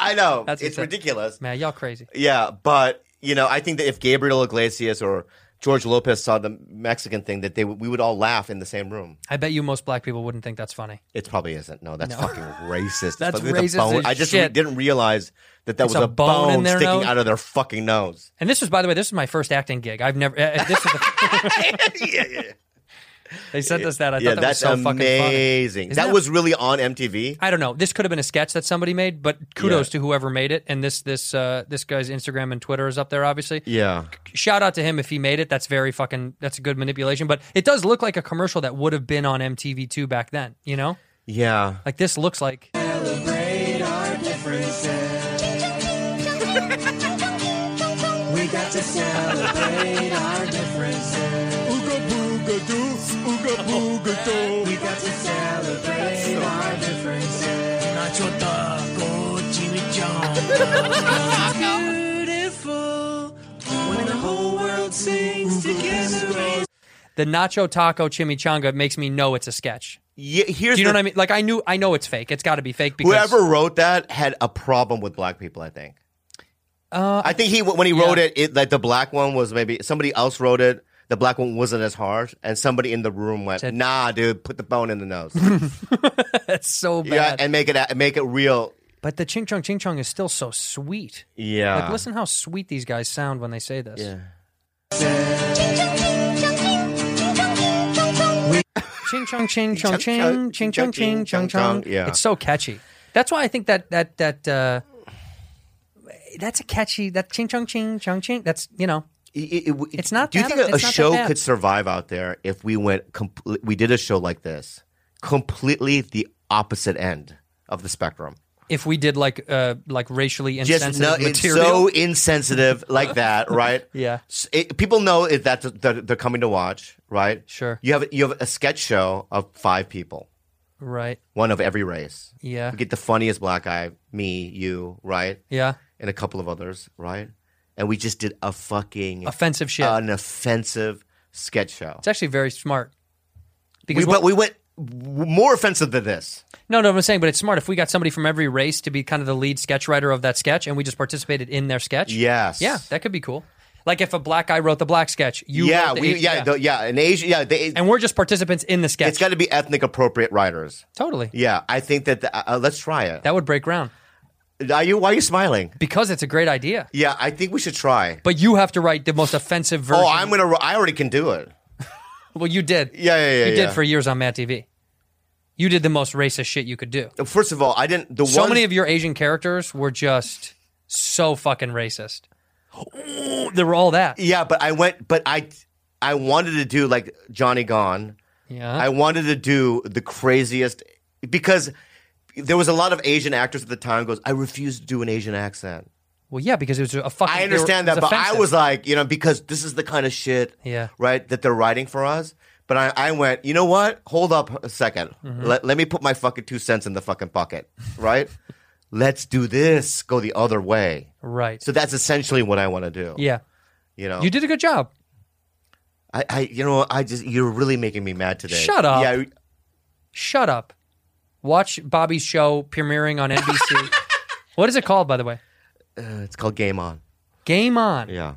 S2: I know
S1: That's what he
S2: it's
S1: said.
S2: ridiculous.
S1: man. Y'all crazy.
S2: Yeah, but you know, I think that if Gabriel Iglesias or George Lopez saw the Mexican thing, that they would- we would all laugh in the same room.
S1: I bet you most black people wouldn't think that's funny.
S2: It probably isn't. No, that's fucking racist.
S1: That's
S2: fucking-
S1: racist
S2: a bone.
S1: as
S2: I just
S1: shit.
S2: didn't realize that that
S1: It's
S2: was
S1: a
S2: a,
S1: bone in their
S2: sticking
S1: nose?
S2: out of their fucking nose.
S1: And this was, by the way, this is my first acting gig. I've never. Uh, this is the,
S2: yeah, yeah, yeah.
S1: they sent us that. I
S2: yeah
S1: thought that
S2: that's
S1: was so fucking funny.
S2: amazing.
S1: Isn't
S2: That
S1: that-
S2: was really on MTV.
S1: I don't know. This could have been a sketch that somebody made, but kudos to whoever made it. And this this uh, this guy's Instagram and Twitter is up there, obviously.
S2: Yeah,
S1: Shout out to him if he made it. That's very fucking. That's a good manipulation. But it does look like a commercial that would have been on MTV2 back then. You know,
S2: yeah.
S1: like this looks like. The nacho taco chimichanga makes me know it's a sketch.
S2: yeah here's
S1: Do you know
S2: the-
S1: what I mean? Like I knew I know it's fake. It's got to be fake because
S2: Whoever wrote that had a problem with black people. I think.
S1: Uh,
S2: I think he when he wrote
S1: yeah.
S2: it, it like the black one was maybe somebody else wrote it. The black one wasn't as harsh, and somebody in the room went,
S1: Said-
S2: "Nah, dude, put the bone in the nose,
S1: that's so bad.
S2: yeah, and make it a- make it real."
S1: but the ching chong ching chong is still so sweet.
S2: Yeah,
S1: Like listen how sweet these guys sound when they say this.
S2: Yeah.
S1: Ching chong ching chong ching
S2: Chong,
S1: ching chong ching chong chong.
S2: Yeah.
S1: It's so catchy. That's why I think that that that uh that's a catchy that ching chong ching chong ching. That's you know
S2: It- it- it-
S1: It's not
S2: Do you
S1: that-
S2: think a, a
S1: it's not that
S2: show
S1: bad.
S2: could survive out there if we went? Compl- we did a show like this, completely the opposite end of the spectrum.
S1: if we did like uh like racially
S2: Just
S1: insensitive
S2: no, it's
S1: material.
S2: so insensitive like that, right?
S1: Yeah.
S2: S- it- people know it, that th- that they're coming to watch, right?
S1: Sure.
S2: You have you have a sketch show of five people,
S1: right.
S2: one of every race.
S1: Yeah.
S2: We get the funniest black guy, me, you, right,
S1: Yeah.
S2: and a couple of others, right? And we just did a fucking
S1: Offensive shit.
S2: an offensive sketch show.
S1: it's actually very smart.
S2: We,
S1: Because what-
S2: but we went w- more offensive than this.
S1: No, no, I'm saying, but it's smart if we got somebody from every race to be kind of the lead sketch writer of that sketch, and we just participated in their sketch.
S2: Yes.
S1: yeah, that could be cool. Like if a black guy wrote the black sketch, you
S2: yeah,
S1: wrote the,
S2: we, yeah, yeah, the, yeah. An Asian, yeah. They,
S1: and we're just participants in the sketch.
S2: it's got to be ethnic appropriate writers.
S1: totally,
S2: Yeah, I think that the, uh, uh, let's try it.
S1: that would break ground
S2: Are you? Why are you smiling?
S1: because it's a great idea.
S2: Yeah, I think we should try.
S1: But you have to write the most offensive version.
S2: Oh, I'm gonna. I already can do it.
S1: well, you did.
S2: Yeah, yeah, yeah.
S1: you
S2: yeah.
S1: did for years on Mad TV. You did the most racist shit you could do.
S2: First of all, I didn't. The
S1: So
S2: ones-
S1: many of your Asian characters were just so fucking racist. They were all that.
S2: Yeah, but I went. But I, I wanted to do like Johnny Gone.
S1: Yeah.
S2: I wanted to do the craziest because there was a lot of Asian actors at the time. Goes, I refuse to do an Asian accent.
S1: Well, yeah, because it was a fucking.
S2: I
S1: they were-
S2: understand
S1: it
S2: that, but I
S1: offensive.
S2: was like, you know, because this is the kind of shit,
S1: Yeah.
S2: right, that they're writing for us. But I, I went, you know what? Hold up a 2nd Let, let me put my fucking two cents in the fucking bucket, right? Let's do this. Go the other way.
S1: right.
S2: So that's essentially what I want to do.
S1: yeah,
S2: You know,
S1: You did a good job.
S2: I, I, you know, I just you're really making me mad today.
S1: Shut up.
S2: Yeah,
S1: Shut up. Watch Bobby's show premiering on NBC. what is it called, by the way?
S2: uh, it's called Game On.
S1: Game On.
S2: Yeah.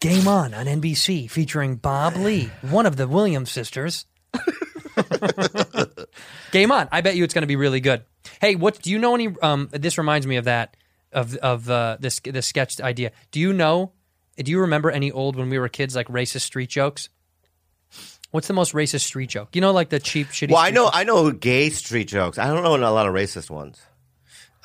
S1: Game On on NBC featuring Bob Lee, one of the Williams sisters. Game On. I bet you it's going to be really good. Hey, what do you know any um this reminds me of that of of uh, this this sketch idea. Do you know do you remember any old when we were kids like racist street jokes? What's the most racist street joke? You know like the cheap shitty
S2: Well, I
S1: street
S2: know, I know gay street jokes. I don't know a lot of racist ones.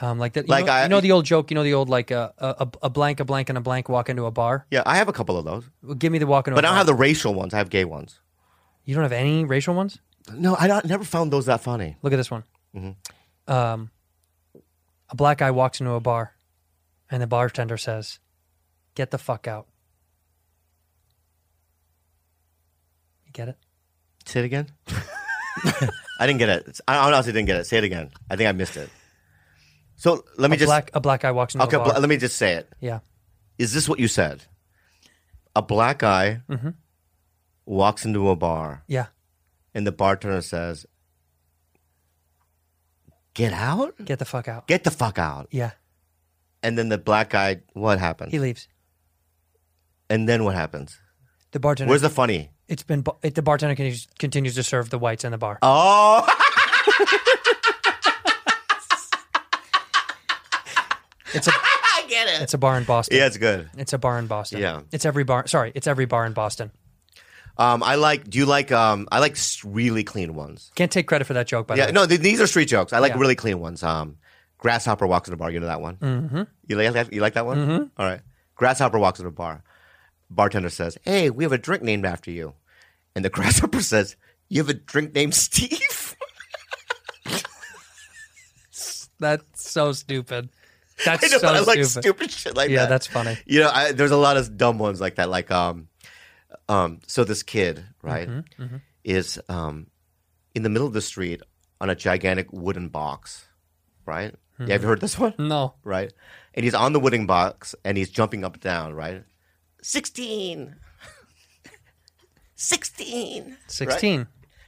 S1: Um, like that. You,
S2: Like
S1: know,
S2: I-
S1: you know the old joke. You know the old like uh, a a blank, a blank, and a blank walk into a bar.
S2: Yeah, I have a couple of those,
S1: Well, Give me the walk into.
S2: but
S1: a
S2: I
S1: bar.
S2: don't have the racial ones. I have gay ones.
S1: You don't have any racial ones.
S2: No, I don't, never found those that funny.
S1: Look at this one.
S2: Mm-hmm.
S1: Um, a black guy walks into a bar, and the bartender says, "Get the fuck out." You get it?
S2: Say it again. I didn't get it. I honestly didn't get it. Say it again. I think I missed it. So let me
S1: a
S2: just
S1: black a black guy walks into
S2: okay.
S1: a bar.
S2: bl- let me just say it.
S1: yeah.
S2: Is this what you said? A black guy
S1: Mm-hmm.
S2: walks into a bar.
S1: Yeah.
S2: and the bartender says, "Get out,
S1: Get the fuck out.
S2: get the fuck out."
S1: yeah.
S2: And then the black guy, what happens?
S1: He leaves.
S2: and then what happens?
S1: The bartender.
S2: Where's the funny?
S1: it's been. bu- It, the bartender continues, continues to serve the whites in the bar.
S2: Oh,
S1: It's a.
S2: I get it.
S1: It's a bar in Boston.
S2: Yeah, it's good.
S1: It's a bar in Boston.
S2: Yeah.
S1: It's every bar. Sorry, it's every bar in Boston.
S2: Um, I like. Do you like? Um, I like s- really clean ones.
S1: Can't take credit for that joke, by
S2: Yeah,
S1: the way.
S2: no, th- these are street jokes. I like
S1: Yeah.
S2: really clean ones. Um, grasshopper walks in a bar. You know that one. Mm-hmm. You like that? You like that one? Mm-hmm. right. Grasshopper walks in a bar. Bartender says, "Hey, we have a drink named after you," and the grasshopper says, "You have a drink named Steve."
S1: That's so stupid. That's
S2: I know,
S1: so
S2: but I like
S1: stupid.
S2: stupid shit like
S1: Yeah,
S2: that.
S1: that's funny.
S2: You know, I, there's a lot of dumb ones like that. Like, um, um, so this kid, right,
S1: Mm-hmm,
S2: is um, in the middle of the street on a gigantic wooden box, right? Yeah,
S1: Mm-hmm.
S2: have you heard this one?
S1: No.
S2: Right, and he's on the wooden box and he's jumping up and down, right? Sixteen. 16
S1: 16.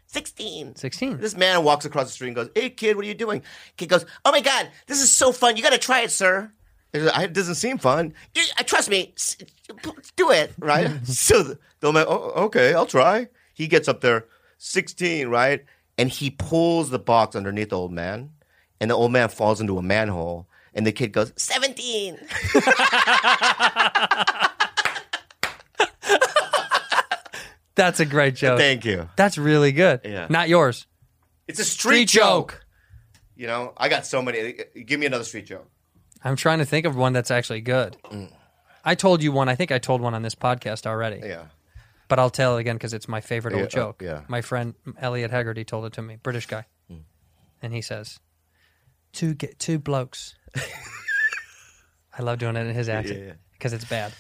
S2: 16
S1: 16.
S2: this man walks across the street and goes, "Hey, kid, what are you doing?" Kid goes, "Oh my god, this is so fun! You got to try it, sir." He goes, It doesn't seem fun. "You- uh, Trust me, S- do it right. so the the man, oh, okay, I'll try. He gets up there, sixteen, right, and he pulls the box underneath the old man, and the old man falls into a manhole, and the kid goes, 17.
S1: That's a great joke.
S2: Thank you.
S1: That's really good.
S2: Yeah.
S1: Not yours.
S2: It's a
S1: Street
S2: street,
S1: joke.
S2: You know, I got so many. uh, Give me another street joke.
S1: I'm trying to think of one that's actually good.
S2: Mm.
S1: I told you one. I think I told one on this podcast already,
S2: Yeah.
S1: but I'll tell again because it's my favorite old
S2: Yeah, uh,
S1: joke.
S2: yeah. Hmm.
S1: My friend Elliot Haggerty told it to me, British guy. And he says, two, get, two blokes. I love doing it in his accent.
S2: yeah.
S1: because it's bad.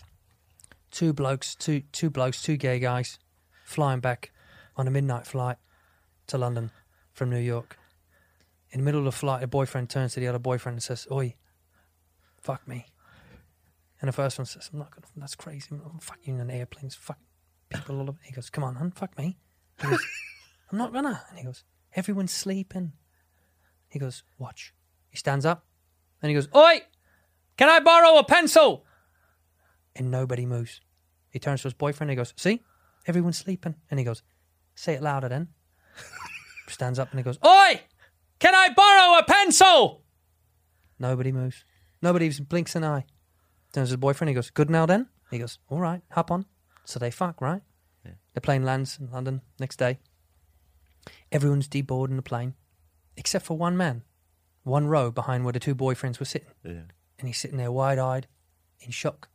S1: Two blokes, two two blokes, two gay guys, flying back on a midnight flight to London from New York. In the middle of the flight, a boyfriend turns to the other boyfriend and says, "Oi, fuck me." And the first one says, "I'm not gonna. That's crazy. I'm fucking on airplanes. Fuck people all over." He goes, "Come on, hun, fuck me." He goes, "I'm not gonna." And he goes, "Everyone's sleeping." He goes, "Watch." He stands up, and he goes, "Oi, can I borrow a pencil?" and nobody moves. He turns to his boyfriend and he goes, See, everyone's sleeping. And he goes, Say it louder then. Stands up and he goes, Oi, can I borrow a pencil? Nobody moves. Nobody even blinks an eye. Turns to his boyfriend, he goes, Good now then? He goes, All right, hop on. So they fuck, right? The plane lands in London next day. Everyone's deboarding the plane, except for one man, one row behind where the two boyfriends were sitting. And he's sitting there wide eyed, in shock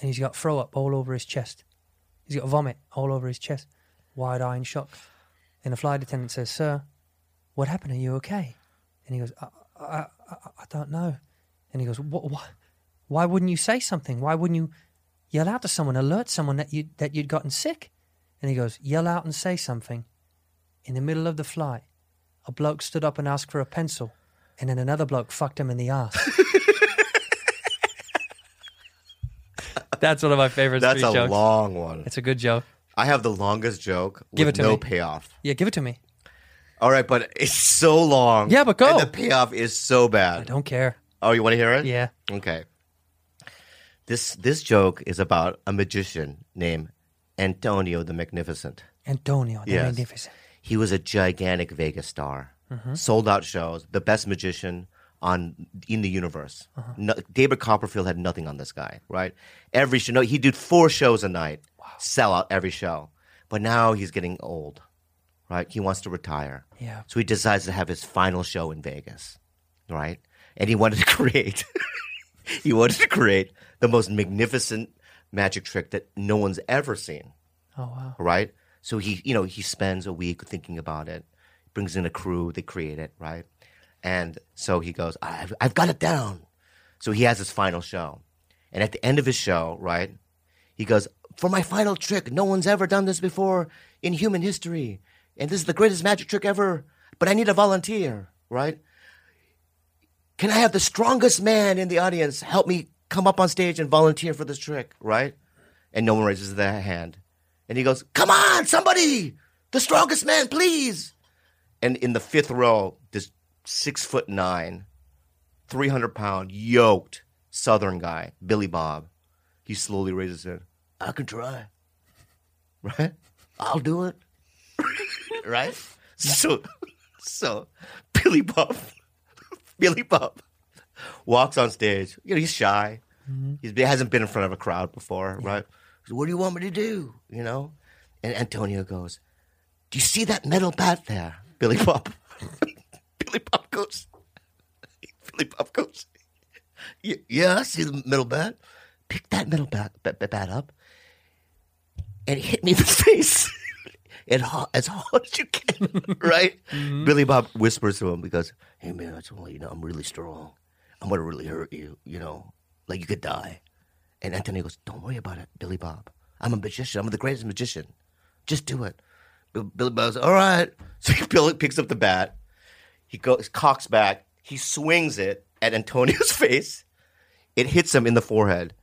S1: and he's got throw up all over his chest. He's got vomit all over his chest, wide eye in shock. And the flight attendant says, Sir, what happened? Are you okay? And he goes, I, I, I, I don't know. And he goes, what, why, why wouldn't you say something? Why wouldn't you yell out to someone, alert someone that, you, that you'd gotten sick? And he goes, Yell out and say something. In the middle of the flight, a bloke stood up and asked for a pencil, and then another bloke fucked him in the ass. That's one of my favorite
S2: That's
S1: speech
S2: a
S1: jokes.
S2: long one.
S1: It's a good joke.
S2: I have the longest joke
S1: Give
S2: with
S1: it to
S2: no
S1: me.
S2: payoff.
S1: Yeah, give it to me.
S2: All right, but it's so long.
S1: Yeah, but go.
S2: And the payoff is so
S1: I
S2: bad.
S1: don't care.
S2: Oh, you want to hear it?
S1: Yeah.
S2: Okay. This this joke is about a magician named Antonio the Magnificent.
S1: Antonio, the
S2: Yes.
S1: magnificent.
S2: He was a gigantic Vegas star, sold out shows, the best magician on in the universe. No, David Copperfield had nothing on this guy, right? Every show, no, he did four shows a night, sell out every show. But now he's getting old, right? He wants to retire.
S1: Yeah.
S2: So he decides to have his final show in Vegas, right? And he wanted to create, he wanted to create the most magnificent magic trick that no one's ever seen
S1: Oh wow.
S2: right? So he, you know, he spends a week thinking about it, brings in a crew, they create it, right? And so he goes, I've, I've got it down. So he has his final show. And at the end of his show, right, he goes, For my final trick, no one's ever done this before in human history. And this is the greatest magic trick ever, but I need a volunteer, right? Can I have the strongest man in the audience help me come up on stage and volunteer for this trick, right? And no one raises their hand. And he goes, Come on, somebody! The strongest man, please! And in the fifth row, this six foot nine, 300 pound, yoked Southern guy, Billy Bob, he slowly raises it. I can try. Right? I'll do it. right? So, so Billy Bob, Billy Bob walks on stage. You know, he's shy. He's, he hasn't been in front of a crowd before, right? So what do you want me to do? You know? And Antonio goes, Do you see that metal bat there, Billy Bob? Billy Bob goes, Billy Bob goes, "Y- Yeah, I see the metal bat. Pick that metal bat, bat, bat- bat up and hit me in the face. And ho- as hard as you can, right? Billy Bob whispers to him because, "Hey man, I just want to let you know I'm really strong. I'm gonna really hurt you. You know, like you could die." And Anthony goes, "Don't worry about it, Billy Bob. I'm a magician. I'm the greatest magician. Just do it." Bill- Billy Bob's all right. So Billy picks up the bat. He goes, cocks back. He swings it at Antonio's face. It hits him in the forehead.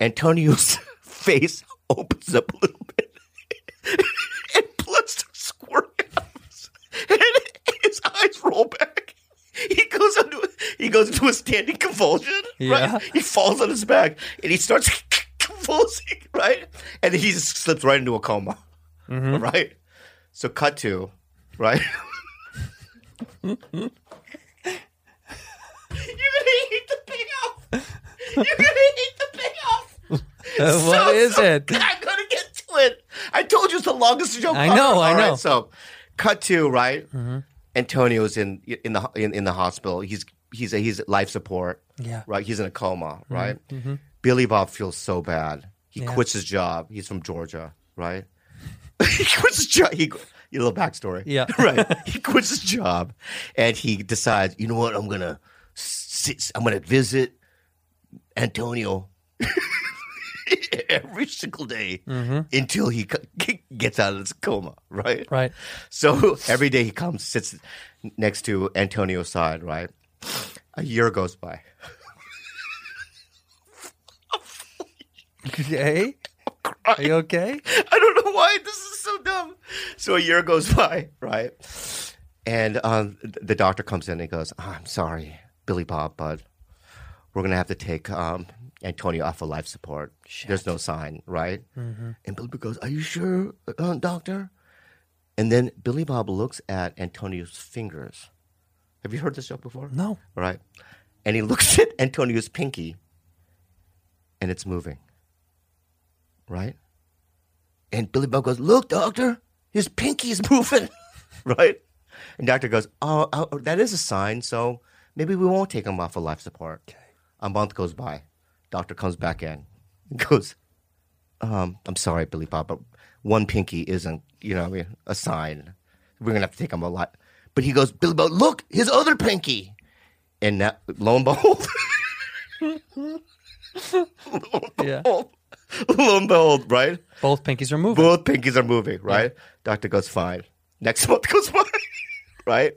S2: Antonio's face opens up a little bit, and blood starts squirting out. of his- And his eyes roll back. He goes into he goes into a standing convulsion.
S1: Yeah.
S2: Right? He falls on his back and he starts convulsing. Right, and he just slips right into a coma. Right. So cut to, right? You're gonna eat the payoff. You're gonna eat the payoff.
S1: Uh, what is it?
S2: I'm gonna get to it. I told you it's the longest joke.
S1: I know,
S2: ever.
S1: I
S2: All right,
S1: know. Mm-hmm.
S2: so, cut to right. Antonio's in in the in, in the hospital. He's he's he's at life support.
S1: Yeah. Mm-hmm,
S2: Right. He's in a coma. Right. Billy Bob feels so bad. He
S1: Yeah.
S2: quits his job. He's from Georgia. Right. he quits his job. He, a little backstory.
S1: Yeah.
S2: right. He quits his job, and he decides, you know what? I'm gonna sit. I'm gonna visit Antonio every single day until he c- gets out of this coma. Right.
S1: Right.
S2: So every day he comes, sits next to Antonio's side, right? A year goes by.
S1: Hey, are you okay?
S2: I don't know why this is so dumb. So a year goes by, right? And um, th- the doctor comes in and goes, I'm sorry, Billy Bob, but we're going to have to take um, Antonio off of life support. There's no sign, right? And Billy Bob goes, Are you sure, uh, doctor? And then Billy Bob looks at Antonio's fingers. Have you heard this joke before?
S1: No.
S2: Right. And he looks at Antonio's pinky and it's moving. Right? And Billy Bob goes, Look, doctor, his pinky is moving. right? And doctor goes, oh, oh, that is a sign. So maybe we won't take him off of life support. A month goes by. Doctor comes back in and goes, um, I'm sorry, Billy Bob, but one pinky isn't, you know, what I mean, a sign. We're gonna have to take him a lot. But he goes, Billy Bob, look, his other pinky. And now, lo and behold,
S1: Yeah.
S2: lo and behold, right?
S1: Both pinkies are moving.
S2: Both pinkies are moving, right? Doctor goes fine. Next month goes fine, right?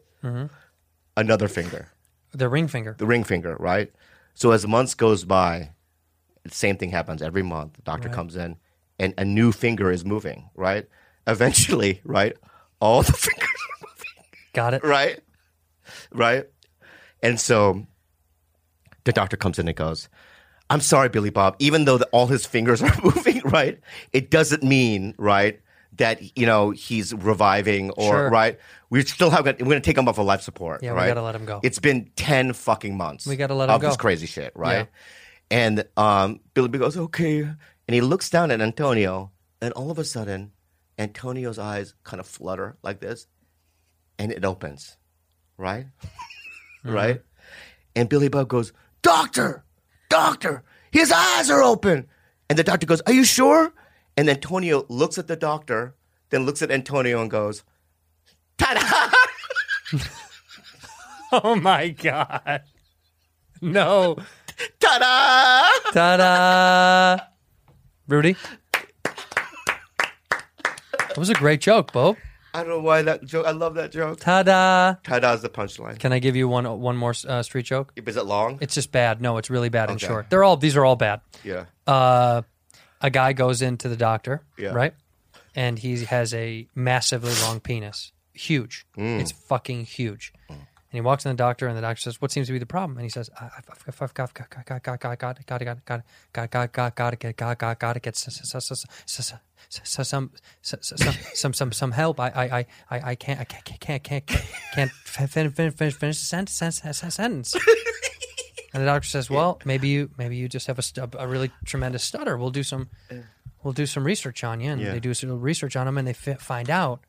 S2: Another finger,
S1: The ring finger.
S2: the ring finger, right? So as months goes by, Same thing happens every month. The doctor comes in, and a new finger is moving. Right. Eventually, right, all the fingers are moving
S1: Got it.
S2: right? Right? And so the doctor comes in and goes, I'm sorry, Billy Bob, even though the, all his fingers are moving, right? It doesn't mean, right, that, you know, he's reviving or,
S1: Sure.
S2: right? We still have, got, we're going to take him off of life support.
S1: Yeah, we
S2: right?
S1: gotta let him go.
S2: It's been 10 fucking months.
S1: We gotta let him
S2: of this
S1: go.
S2: crazy shit, right? And um, Billy Bob goes, okay. And he looks down at Antonio, and all of a sudden, Antonio's eyes kind of flutter like this, and it opens, right?
S1: Mm-hmm.
S2: Right? And Billy Bob goes, Doctor, doctor, his eyes are open. And the doctor goes, Are you sure? And Antonio looks at the doctor, then looks at Antonio and goes, Ta da!
S1: Oh my god. No.
S2: Ta da!
S1: Ta-da. Rudy. That was a great joke, Bo.
S2: I don't know why that joke, I love that joke.
S1: Ta-da.
S2: Ta da is the punchline.
S1: Can I give you one one more uh, street joke?
S2: Is it long?
S1: It's just bad. No, it's really bad and
S2: Okay.
S1: short. They're all these are all bad.
S2: yeah.
S1: uh, a guy goes into the doctor,
S2: Yeah.
S1: right? And he has a massively long penis, huge. It's fucking huge. And he walks in the doctor, and the doctor says, "What seems to be the problem?" And he says, "I- "I've I've- I've got got got got got got got got got got got got got got to get got got got to get s- s- s- s- s- s- s- some s- s- some some some some help. I I I I I can't I can't can't can't can't- can't finish finish finish the sentence sentence sentence." And the doctor says, "Well, maybe you maybe you just have a, stu- a really tremendous stutter. We'll do some we'll do some research on you." And
S2: Yeah.
S1: they do some research on him, and they fi- find out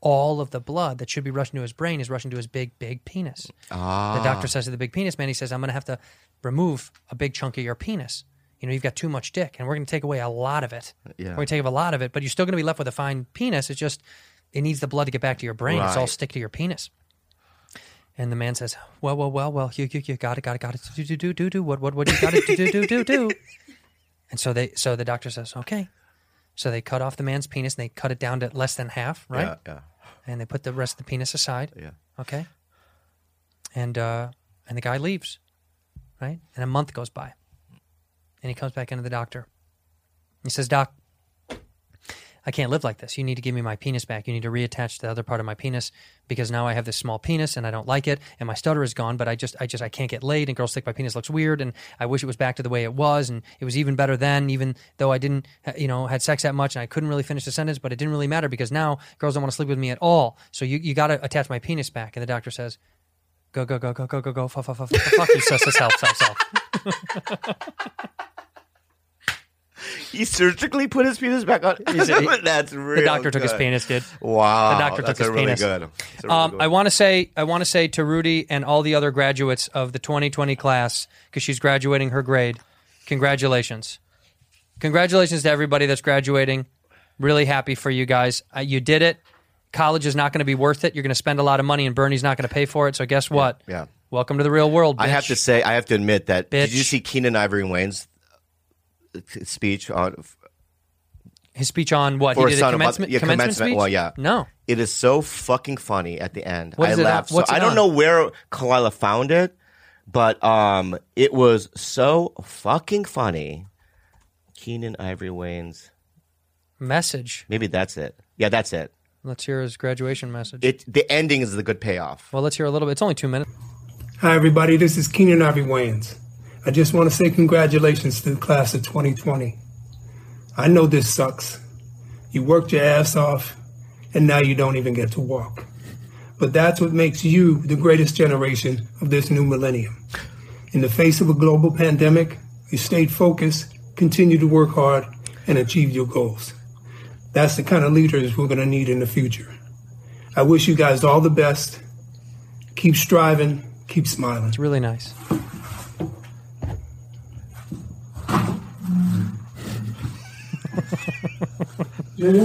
S1: all of the blood that should be rushing to his brain is rushing to his big big penis.
S2: Ah.
S1: The doctor says to the big penis man, he says, "I'm going to have to remove a big chunk of your penis. You know, you've got too much dick, and we're going to take away a lot of it.
S2: Yeah.
S1: We're going to take away a lot of it, but you're still going to be left with a fine penis. It's just it needs the blood to get back to your brain. It's all
S2: Right.
S1: stick to your penis." And the man says, "Well, well, well, well, you, you, you got to, got to, got to do, do, do, do, do. What, what, what? You got to do, do, do, do, do." And so they, so the doctor says, "Okay." So they cut off the man's penis and they cut it down to less than half, right?
S2: Yeah, yeah.
S1: And they put the rest of the penis aside.
S2: Yeah.
S1: Okay. And uh, and the guy leaves, right? And a month goes by, and he comes back into the doctor. He says, "Doc, I can't live like this. You need to give me my penis back. You need to reattach the other part of my penis because now I have this small penis and I don't like it, and my stutter is gone. But I just, I just, I can't get laid, and girls think my penis looks weird, and I wish it was back to the way it was, and it was even better then, even though I didn't, uh, you know, had sex that much, and I couldn't really finish the sentence, but it didn't really matter because now girls don't want to sleep with me at all. So you, you got to attach my penis back. And the doctor says, "Go, go, go, go, go, go, go, fuck, fuck, fuck, fuck, fuck you, sus, sus, help, help, help."
S2: He surgically put his penis back on.
S1: He's a- he-
S2: That's real
S1: The doctor took his
S2: good.
S1: penis, did.
S2: Wow.
S1: The doctor took
S2: that's a
S1: his
S2: really
S1: penis.
S2: Good. That's a really
S1: Um,
S2: good
S1: I
S2: one.
S1: want to say I want to say to Rudy and all the other graduates of the 2020 class because she's graduating her grade. Congratulations, congratulations to everybody that's graduating. Really happy for you guys. Uh, you did it. College is not going to be worth it. You're going to spend a lot of money, and Bernie's not going to pay for it. So guess what?
S2: yeah.
S1: Welcome to the real world.
S2: I have
S1: bitch.
S2: to say, I have to admit that. Did you
S1: Bitch.
S2: see Keenan Ivory Wayne's uh, speech on?
S1: his speech on what
S2: For
S1: he did
S2: a
S1: at
S2: son of a-
S1: commencement,
S2: yeah,
S1: commencement
S2: commencement,
S1: speech.
S2: well, yeah.
S1: No,
S2: It is so fucking funny at the end.
S1: What
S2: I
S1: is it on-
S2: laughed. so
S1: what's it
S2: I don't
S1: on?
S2: know where Kalila found it, but um, it was so fucking funny. Keenan Ivory Wayne's.
S1: message.
S2: Maybe that's it. Yeah, that's it.
S1: Let's hear his graduation message.
S2: It the ending is the good payoff.
S1: well, let's hear a little bit. It's only two minutes.
S9: Hi, everybody. This is Keenan Ivy Wayans. I just want to say congratulations to the class of 2020. I know this sucks. You worked your ass off, and now you don't even get to walk. But that's what makes you the greatest generation of this new millennium. In the face of a global pandemic, you stayed focused, continued to work hard, and achieved your goals. That's the kind of leaders we're going to need in the future. I wish you guys all the best. Keep striving, keep smiling.
S1: It's really nice.
S9: Junior?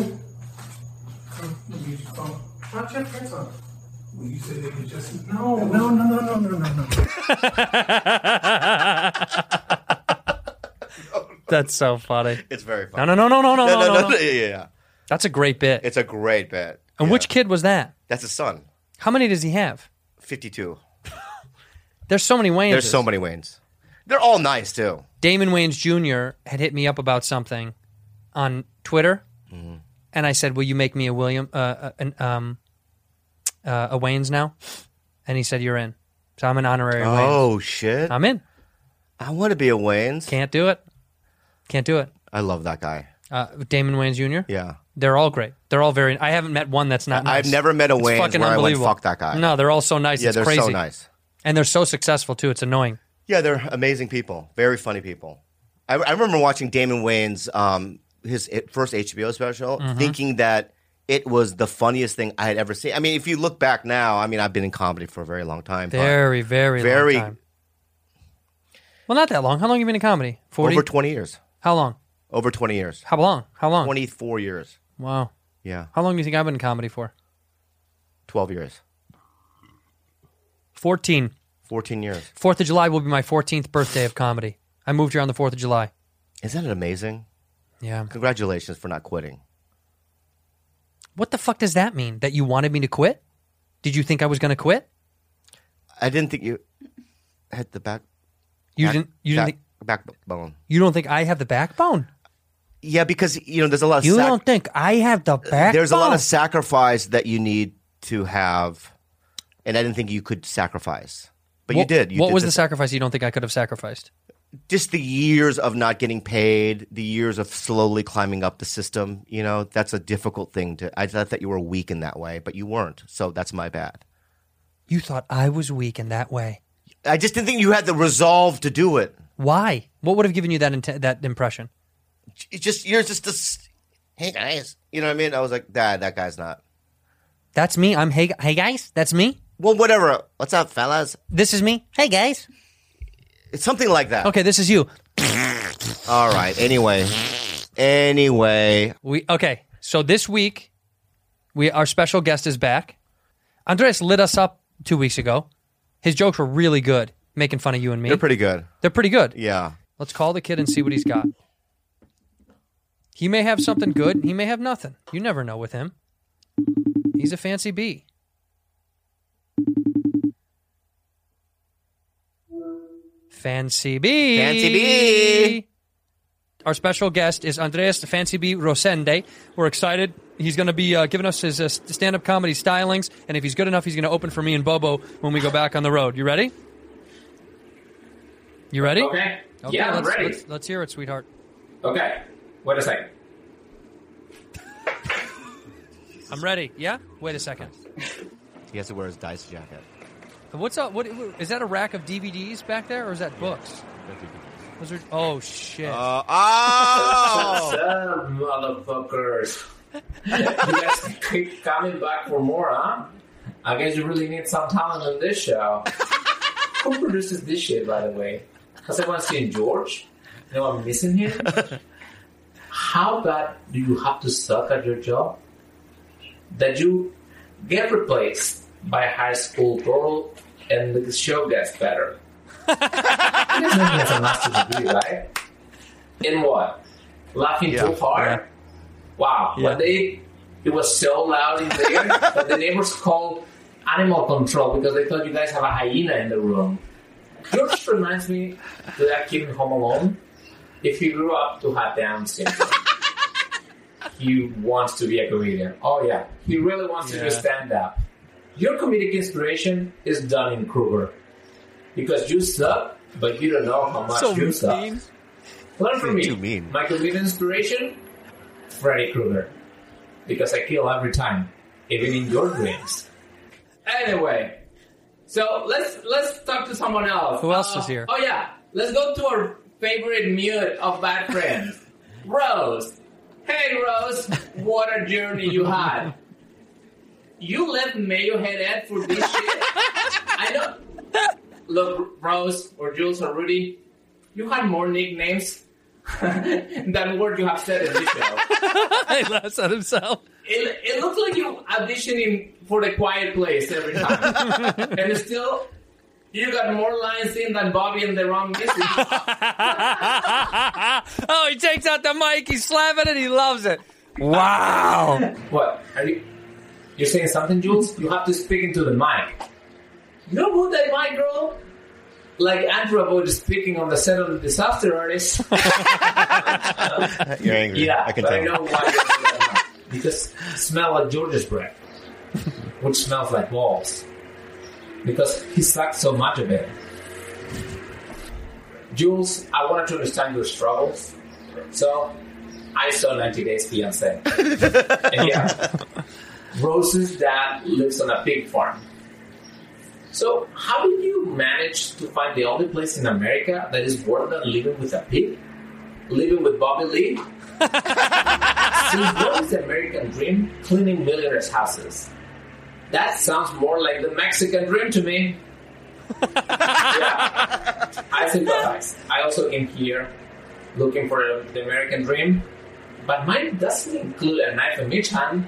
S9: Not your pants on. Well, you said they were just. No, no, no, no, no, no, no, no.
S1: That's so funny.
S2: It's very
S1: No,
S2: funny.
S1: no, no, no, no, no, no, no, no.
S2: Yeah, yeah, yeah.
S1: That's a great bit.
S2: It's a great bit.
S1: and
S2: Yeah.
S1: which kid was that?
S2: That's his son.
S1: How many does he have?
S2: Fifty-two.
S1: There's so many Wayans.
S2: There's so many Waynes. They're all nice too.
S1: Damon Wayans Jr. had hit me up about something on Twitter,
S2: Mm-hmm.
S1: and I said, "Will you make me a William, uh, uh, an, um, uh, a Wayans now?" And he said, "You're in." So I'm an honorary Wayans.
S2: Oh shit!
S1: I'm in.
S2: I want to be a Wayne's.
S1: Can't do it. Can't do it.
S2: I love that guy.
S1: Uh, Damon Wayans Jr.
S2: Yeah.
S1: They're all great. They're all very. I haven't met one that's not.
S2: I- I've
S1: nice.
S2: never met a
S1: It's
S2: Wayans
S1: fucking
S2: where I went,
S1: unbelievable.
S2: "Fuck that guy."
S1: No, they're all so nice.
S2: Yeah,
S1: it's
S2: they're
S1: crazy.
S2: so nice.
S1: and they're so successful too. It's annoying.
S2: Yeah, they're amazing people. Very funny people. I, I remember watching Damon Wayans, um, his i- first HBO special,
S1: Mm-hmm.
S2: thinking that it was the funniest thing I had ever seen. I mean, if you look back now, I mean, I've been in comedy for a very long time. but
S1: Very, very,
S2: Very-
S1: long time. Well, not that long. How long have you been in comedy? Forty.
S2: over twenty years.
S1: How long?
S2: Over twenty years.
S1: How long? How long?
S2: Twenty four years.
S1: Wow.
S2: Yeah,
S1: How long do you think I've been in comedy for?
S2: twelve years.
S1: Fourteen.
S2: Fourteen years.
S1: Fourth of July will be my fourteenth birthday of comedy. I moved here on the Fourth of July.
S2: Isn't it amazing?
S1: Yeah.
S2: Congratulations for not quitting.
S1: What the fuck does that mean? That you wanted me to quit? Did you think I was going to quit?
S2: I didn't think you had the back.
S1: You
S2: back-
S1: didn't. You didn't.
S2: back-
S1: Think,
S2: backbone.
S1: you don't think I have the backbone?
S2: Yeah, because you know, there's a lot of
S1: You
S2: sac- Uh,
S1: don't think I have the backbone?
S2: there's a lot of sacrifice that you need to have, and I didn't think you could sacrifice, but you
S1: What-
S2: did. You
S1: what
S2: did
S1: was the sacrifice you don't think I could have sacrificed?
S2: just the years of not getting paid, the years of slowly climbing up the system. You know, that's a difficult thing to. I thought that you were weak in that way, but you weren't. So that's my bad.
S1: You thought I was weak in that way.
S2: I just didn't think you had the resolve to do it.
S1: Why? What would have given you that inte- that impression?
S2: It's just you're just a. s- Hey guys, you know what I mean? I was like, Dad, that guy's not.
S1: That's me. I'm hey, hey guys. That's me.
S2: Well, whatever. What's up, fellas?
S1: This is me. Hey guys.
S2: It's something like that.
S1: Okay, this is you.
S2: All right. Anyway. Anyway.
S1: We okay. So this week, we our special guest is back. Andres lit us up two weeks ago. His jokes were really good, making fun of you and me.
S2: They're pretty good.
S1: They're pretty good.
S2: Yeah.
S1: Let's call the kid and see what he's got. He may have something good. He may have nothing. You never know with him. He's a fancy bee. Fancy bee.
S2: Fancy bee.
S1: Our special guest is Andreas the Fancy Bee Rosende. We're excited. He's going to be uh, giving us his uh, stand up comedy stylings. And if he's good enough, he's going to open for me and Bobo when we go back on the road. You ready? You ready?
S10: Okay.
S1: Okay,
S10: yeah, I'm
S1: let's,
S10: ready.
S1: Let's, let's hear it, sweetheart.
S10: Okay. Wait a second.
S1: I'm ready. Yeah. Wait a second.
S2: He has to wear his dice jacket.
S1: What's up? What is that? A rack of DVDs back there, or is that books? Those are. Oh shit.
S2: Uh, oh!
S10: What's up, motherfuckers? you guys keep coming back for more, huh? I guess you really need some talent on this show. Who produces this shit, by the way? Has anyone seen George? You know I'm missing here? How bad do you have to suck at your job that you get replaced by a high school girl and the show gets better? you guys know he has a master's degree, right? In what? Laughing
S2: Yeah,
S10: too hard?
S1: yeah.
S10: Wow. One day it was so loud in there that the neighbors called animal control because they thought you guys have a hyena in the room. George reminds me to that kid in Home Alone. If he grew up to have Down syndrome, he wants to be a comedian. Oh yeah, he really wants to do
S1: Yeah.
S10: stand up. Your comedic inspiration is Dunning Kruger because you suck, but you don't know how much you suck. Learn from me.
S2: Too mean.
S10: My comedic inspiration, Freddy Krueger, because I kill every time, even in your dreams. Anyway, so let's let's talk to someone else.
S1: Who else is here?
S10: Oh yeah, let's go to our favorite mute of bad friends, Rose. Hey Rose, what a journey you had. You left Mayo head ad for this shit. I know. Look, Rose or Jules or Rudy, you had more nicknames than word you have said in this show.
S1: he laughs at himself.
S10: It, it looks like you auditioning for the quiet place every time. and still, you got more lines in than Bobby and the wrong missing.
S1: oh, he takes out the mic. He's slapping it. He loves it. Wow.
S10: what? Are you. You're saying something, Jules? You have to speak into the mic. You know who that mic girl? like Andrew about just picking on the Settle Disaster artist.
S2: You're angry.
S10: Yeah,
S2: I can
S10: but
S2: tell.
S10: I know why. you're- because smell like George's breath, which smells like balls, because he sucks so much of it. Jules, I wanted to understand your struggles, so I saw 90 Days Fiance. and yeah, Rose's dad lives on a pig farm. So, how did you manage to find the only place in America that is worth than living with a pig? Living with Bobby Lee? Since what is the American dream? Cleaning millionaires' houses. That sounds more like the Mexican dream to me. yeah. I sympathize. I also came here looking for the American dream, but mine doesn't include a knife in each hand.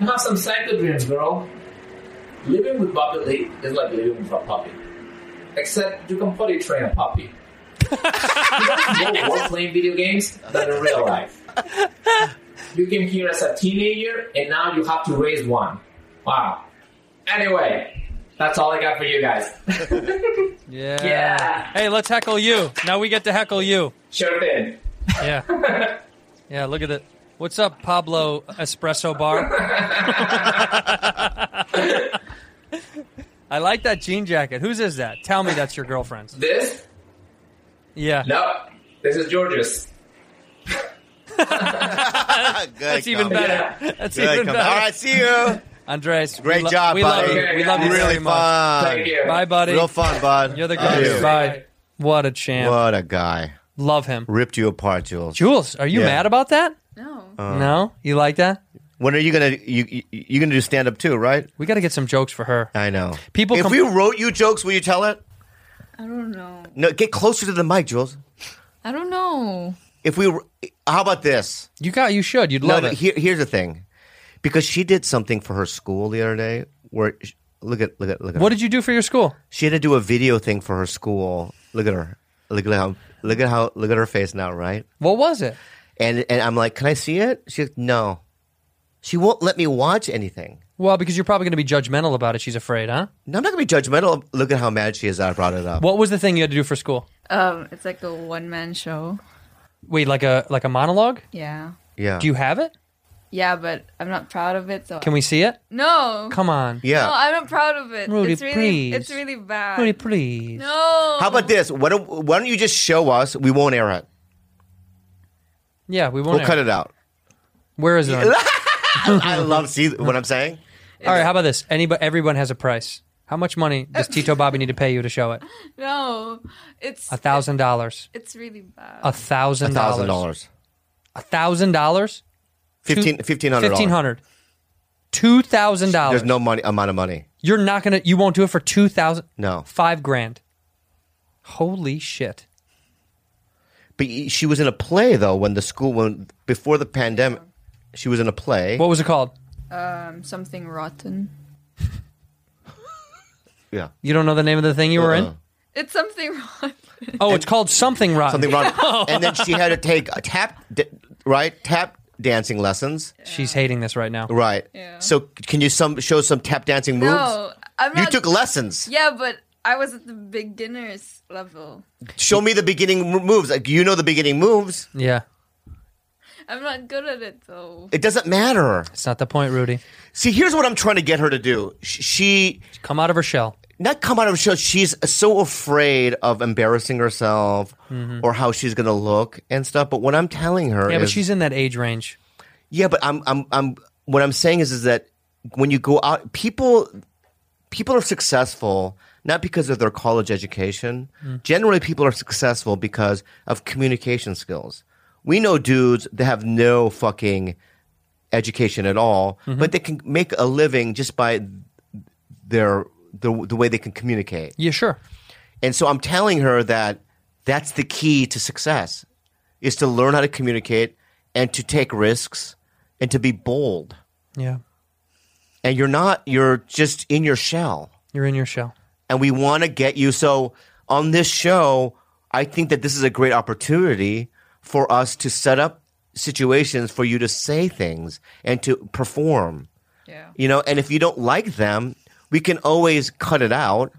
S10: I have some psycho dreams, girl. Living with Bobby Lee is like living with a puppy. Except you can potty train a puppy. you know, more playing video games than in real life. You came here as a teenager and now you have to raise one. Wow. Anyway, that's all I got for you guys.
S1: Yeah.
S10: Yeah.
S1: Hey, let's heckle you. Now we get to heckle you.
S10: Sure thing.
S1: Yeah. yeah, look at it. What's up, Pablo Espresso Bar? I like that jean jacket. Whose is that? Tell me that's your girlfriend's.
S10: This?
S1: Yeah.
S10: No, this is George's.
S1: That's even better.
S10: Yeah.
S1: That's
S10: Good
S1: even
S10: com-
S1: better.
S10: All right,
S2: see you.
S1: Andres. we
S2: Great
S1: lo-
S2: job,
S1: we
S2: buddy.
S1: Love you. we love you
S2: really
S1: very much.
S2: fun.
S1: Bye, buddy.
S2: Real fun, bud.
S1: You're the
S2: Love
S1: greatest.
S2: you.
S1: Bye. What a champ.
S2: What a guy.
S1: Love him.
S2: Ripped you apart, Jules.
S1: Jules, are you mad about that?
S8: No.
S2: Uh.
S1: no, you like that?
S2: When are you gonna you you you're gonna do stand up too? Right?
S1: We got to get some jokes for her.
S2: I know.
S1: People
S2: if
S1: com-
S2: we wrote you jokes, will you tell it?
S8: I don't know.
S2: No, get closer to the mic, Jules.
S8: I don't know.
S2: If we, were- how about this?
S1: You got, you should. You'd love it.
S2: Here, here's the thing, because she did something for her school the other day. Where sh- look at look at look at.
S1: What
S2: her.
S1: did you do for your school?
S2: She had to do a video thing for her school. Look at her. Look at how. Look at how. Look at her face now. Right.
S1: What was it?
S2: And and I'm like, can I see it? She's no. She won't let me watch anything.
S1: Well, because you're probably going to be judgmental about it. She's afraid, huh?
S2: No, I'm not gonna be judgmental. Look at how mad she is. that I brought it up.
S1: What was the thing you had to do for school?
S8: Um, it's like a one man show.
S1: Wait, like a like a monologue?
S8: Yeah.
S2: Yeah.
S1: Do you have it?
S8: Yeah, but I'm not proud of it. So
S1: Can we see it?
S8: No.
S1: Come on.
S8: No, I'm not proud of it.
S1: Rudy,
S8: it's really,
S1: please.
S8: it's really bad.
S1: Pretty please.
S8: No.
S2: How about this? Why don't Why don't you just show us? We won't air it.
S1: Yeah, we won't.
S2: We'll cut it out.
S1: Where is it? on-
S2: I love see what I'm saying.
S1: All right. How about this? Anybody, everyone has a price. How much money does Tito Bobby need to pay you to show it?
S8: No. It's
S1: A thousand dollars.
S8: it's really bad.
S1: A thousand
S2: thousand
S1: dollars.
S2: dollars.
S1: A thousand dollars.
S2: Fifteen. Fifteen hundred.
S1: Fifteen hundred. Two thousand dollars.
S2: There's no money amount of money.
S1: You're not gonna. You won't do it for two thousand.
S2: No.
S1: Five grand. Holy shit.
S2: But y- she was in a play though when the school when before the pandemic, she was in a play.
S1: What was it called?
S8: Um, something rotten.
S2: yeah.
S1: You don't know the name of the thing you were in?
S8: It's something rotten.
S1: Oh, it's called something rotten.
S2: Uh-uh. Something wrong. And then she had to take a tap, d- right? Tap dancing lessons.
S1: She's hating this right now.
S2: Right. So c- can you some show some tap dancing moves?
S8: No, I'm
S2: you
S8: not.
S2: took lessons.
S8: yeah, but I was at the beginner's level.
S2: Show me the beginning m- moves. Like you know the beginning moves.
S1: Yeah,
S8: I'm not good at it though.
S2: It doesn't matter.
S1: it's not the point, Rudy.
S2: See, here's what I'm trying to get her to do. Sh- She
S1: Come out of her shell.
S2: not come out of a show. She's so afraid of embarrassing herself
S8: Mm-hmm.
S2: or how she's going to look and stuff. But what I'm telling her,
S1: Yeah, but
S2: is-
S1: she's in that age range.
S2: yeah, but I'm, I'm, I'm. What I'm saying is, is that when you go out, people, people are successful not because of their college education. Generally, people are successful because of communication skills. We know dudes that have no fucking education at all, but they can make a living just by their the, the way they can communicate.
S1: Yeah, sure.
S2: And so I'm telling her that that's the key to success is to learn how to communicate and to take risks and to be bold.
S1: Yeah,
S2: And you're not you're just in your shell.
S1: you're in your shell.
S2: And we want to get you so on this show, I think that this is a great opportunity for us to set up situations for you to say things and to perform.
S8: Yeah.
S2: You know, and if you don't like them, we can always cut it out,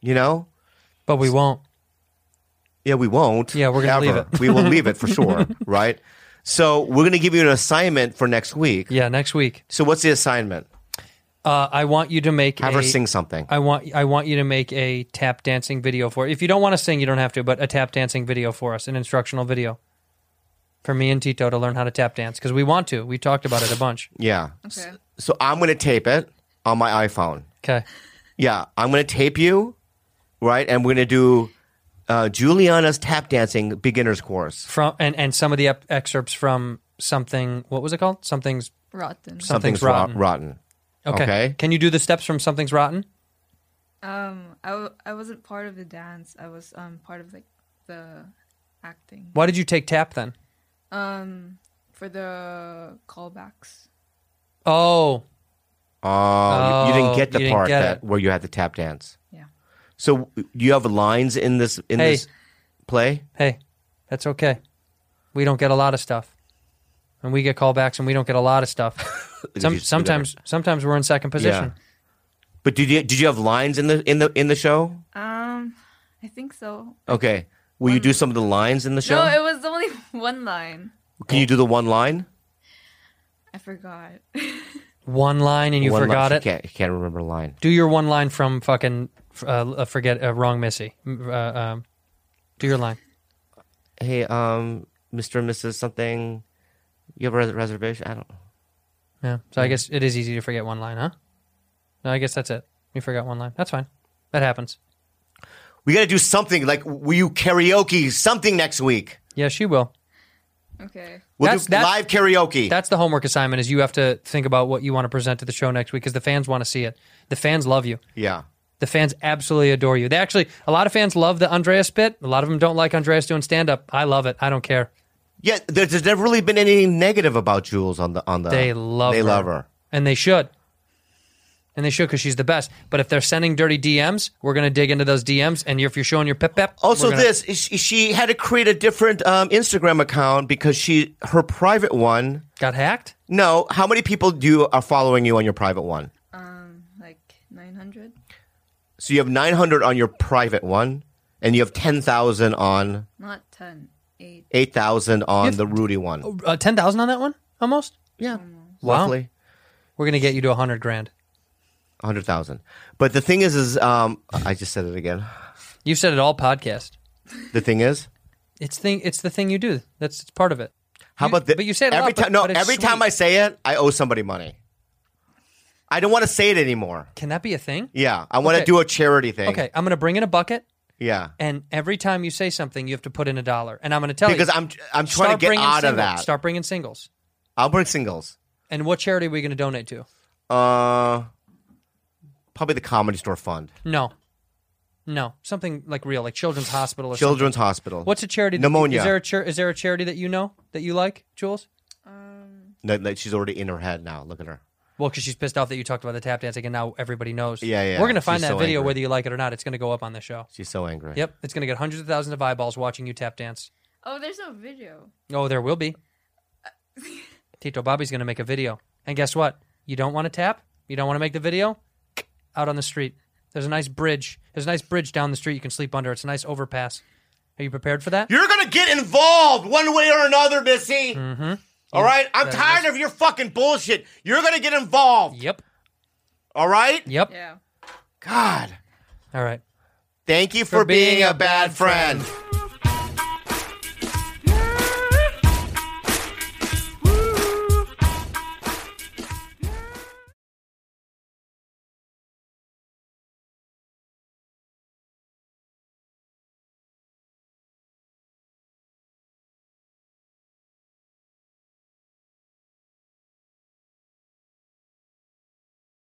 S2: you know?
S1: But we won't.
S2: Yeah, we won't. Yeah,
S1: we're gonna leave it.
S2: we will leave it for sure, right? So we're going to give you an assignment for next week.
S1: Yeah, next week.
S2: So what's the assignment?
S1: Uh, I want you to make
S2: Have
S1: a,
S2: her sing something.
S1: I want I want you to make a tap dancing video for. If you don't want to sing, you don't have to, but a tap dancing video for us, an instructional video for me and Tito to learn how to tap dance because we want to. We talked about it a bunch.
S2: Yeah.
S8: Okay.
S2: So I'm going to tape it on my iPhone.
S1: Okay.
S2: Yeah, I'm going to tape you, right? And we're going to do uh, Juliana's tap dancing beginner's course.
S1: From and and some of the ep- excerpts from something. What was it called? Something's
S8: Rotten.
S1: Something's,
S2: Something's ro-
S1: rotten.
S2: rotten.
S1: Okay.
S2: Okay.
S1: Can you do the steps from something's rotten?
S8: Um, I, w- I wasn't part of the dance. I was um part of like the acting.
S1: Why did you take tap then?
S8: Um, for the callbacks.
S1: Oh,
S2: Oh, you- you didn't
S1: Oh,
S2: get the
S1: you didn't
S2: part
S1: get
S2: that
S1: it.
S2: where you had the tap dance.
S8: Yeah.
S2: So you have lines in this in
S1: Hey.
S2: this play.
S1: hey, that's okay. We don't get a lot of stuff, and we get callbacks, and we don't get a lot of stuff.
S2: Did
S1: Some,
S2: you just do
S1: sometimes, sometimes we're in second position.
S2: But did you did you have lines in the in the in the show?
S1: Uh,
S8: Um, I think so.
S2: Okay. Will
S1: um,
S2: you do some of the lines in the show?
S8: No, it was only one line.
S2: Can you do the one line?
S8: I forgot.
S1: One line, and you
S2: One line-
S1: forgot
S2: she
S1: it.
S2: Can't, can't remember a line.
S1: Do your one line from fucking uh, uh, forget uh, wrong Missy. Mm, Uh, um, do your line.
S2: Hey, um, Mr. and Mrs. something. You have a res- reservation? I don't.
S1: Yeah. So I guess it is easy to forget one line, huh? No, I guess that's it. You forgot one line. That's fine. That happens.
S2: We got to do something. Like, will you karaoke something next week?
S1: Yeah, she will.
S8: Okay.
S2: We'll do live karaoke.
S1: That's the homework assignment: is you have to think about what you want to present to the show next week because the fans want to see it. The fans love you.
S2: Yeah.
S1: The fans absolutely adore you. They actually, a lot of fans love the Andreas bit. A lot of them don't like Andreas doing stand up. I love it. I don't care.
S2: Yeah, there's, there's never really been anything negative about Jules on the on the.
S1: They love
S2: Uh, They
S1: her.
S2: love her.
S1: and they should. And they should because she's the best. But if they're sending dirty DMs, we're gonna dig into those DMs. And if you're showing your pip pip,
S2: Also,
S1: we're gonna-
S2: Oh, this is- she, she had to create a different um, Instagram account because she her private one
S1: got hacked.
S2: No, how many people do you, are following you on your private one?
S8: Um, like nine hundred.
S2: So you have 900 on your private one, and you have 10,000 on
S8: Not ten. Eight.
S2: 8,000 on the Rudy one.
S1: uh, ten thousand on that one almost.
S2: Yeah,
S1: Wow.
S2: roughly
S1: We're gonna get you to a hundred grand.
S2: 100,000. But the thing is, is um, I just said it again.
S1: You've said it all podcast.
S2: The thing is,
S1: It's thing. It's the thing you do. That's it's part of it.
S2: how about this?
S1: But you say it a
S2: every
S1: lot, but-
S2: time? No,
S1: but it's
S2: every
S1: sweet.
S2: time I say it, I owe somebody money. I don't want to say it anymore.
S1: Can that be a thing?
S2: Yeah, I want to
S1: Okay.
S2: do a charity thing.
S1: Okay, I'm gonna bring in a bucket,
S2: Yeah,
S1: and every time you say something, you have to put in a dollar. And I'm gonna tell
S2: because
S1: you
S2: I'm I'm trying
S1: start
S2: to get
S1: bringing
S2: out of
S1: singles.
S2: that.
S1: Start bringing singles.
S2: I'll bring singles.
S1: And what charity are we gonna donate to?
S2: Uh, probably the comedy store fund.
S1: No, no, something like real, like Children's Hospital or
S2: Children's
S1: something.
S2: Hospital.
S1: What's a charity? that-
S2: Pneumonia.
S1: Is there a, char- is there a charity that you know that you like, Jules?
S2: No, no, she's already in her head now. Look at her.
S1: Well, because she's pissed off that you talked about the tap dancing, and now everybody knows.
S2: Yeah, yeah,
S1: We're gonna find
S2: she's
S1: that
S2: so
S1: video
S2: angry.
S1: whether you like it or not. It's gonna go up on the show.
S2: She's so angry.
S1: Yep, it's gonna get hundreds of thousands of eyeballs watching you tap dance.
S8: Oh, there's no video.
S1: Oh, there will be. Tito Bobby's gonna make a video, and guess what? You don't want to tap. You don't want to make the video. Out on the street, there's a nice bridge. There's a nice bridge down the street you can sleep under. It's a nice overpass. Are you prepared for that?
S2: You're gonna get involved one way or another, Missy.
S1: Mm-hmm.
S2: All right, I'm
S1: that is-
S2: tired of your fucking bullshit. You're gonna get involved.
S1: Yep.
S2: All right.
S1: Yep.
S8: Yeah.
S2: God.
S1: All right.
S2: Thank you for, being, a bad friend.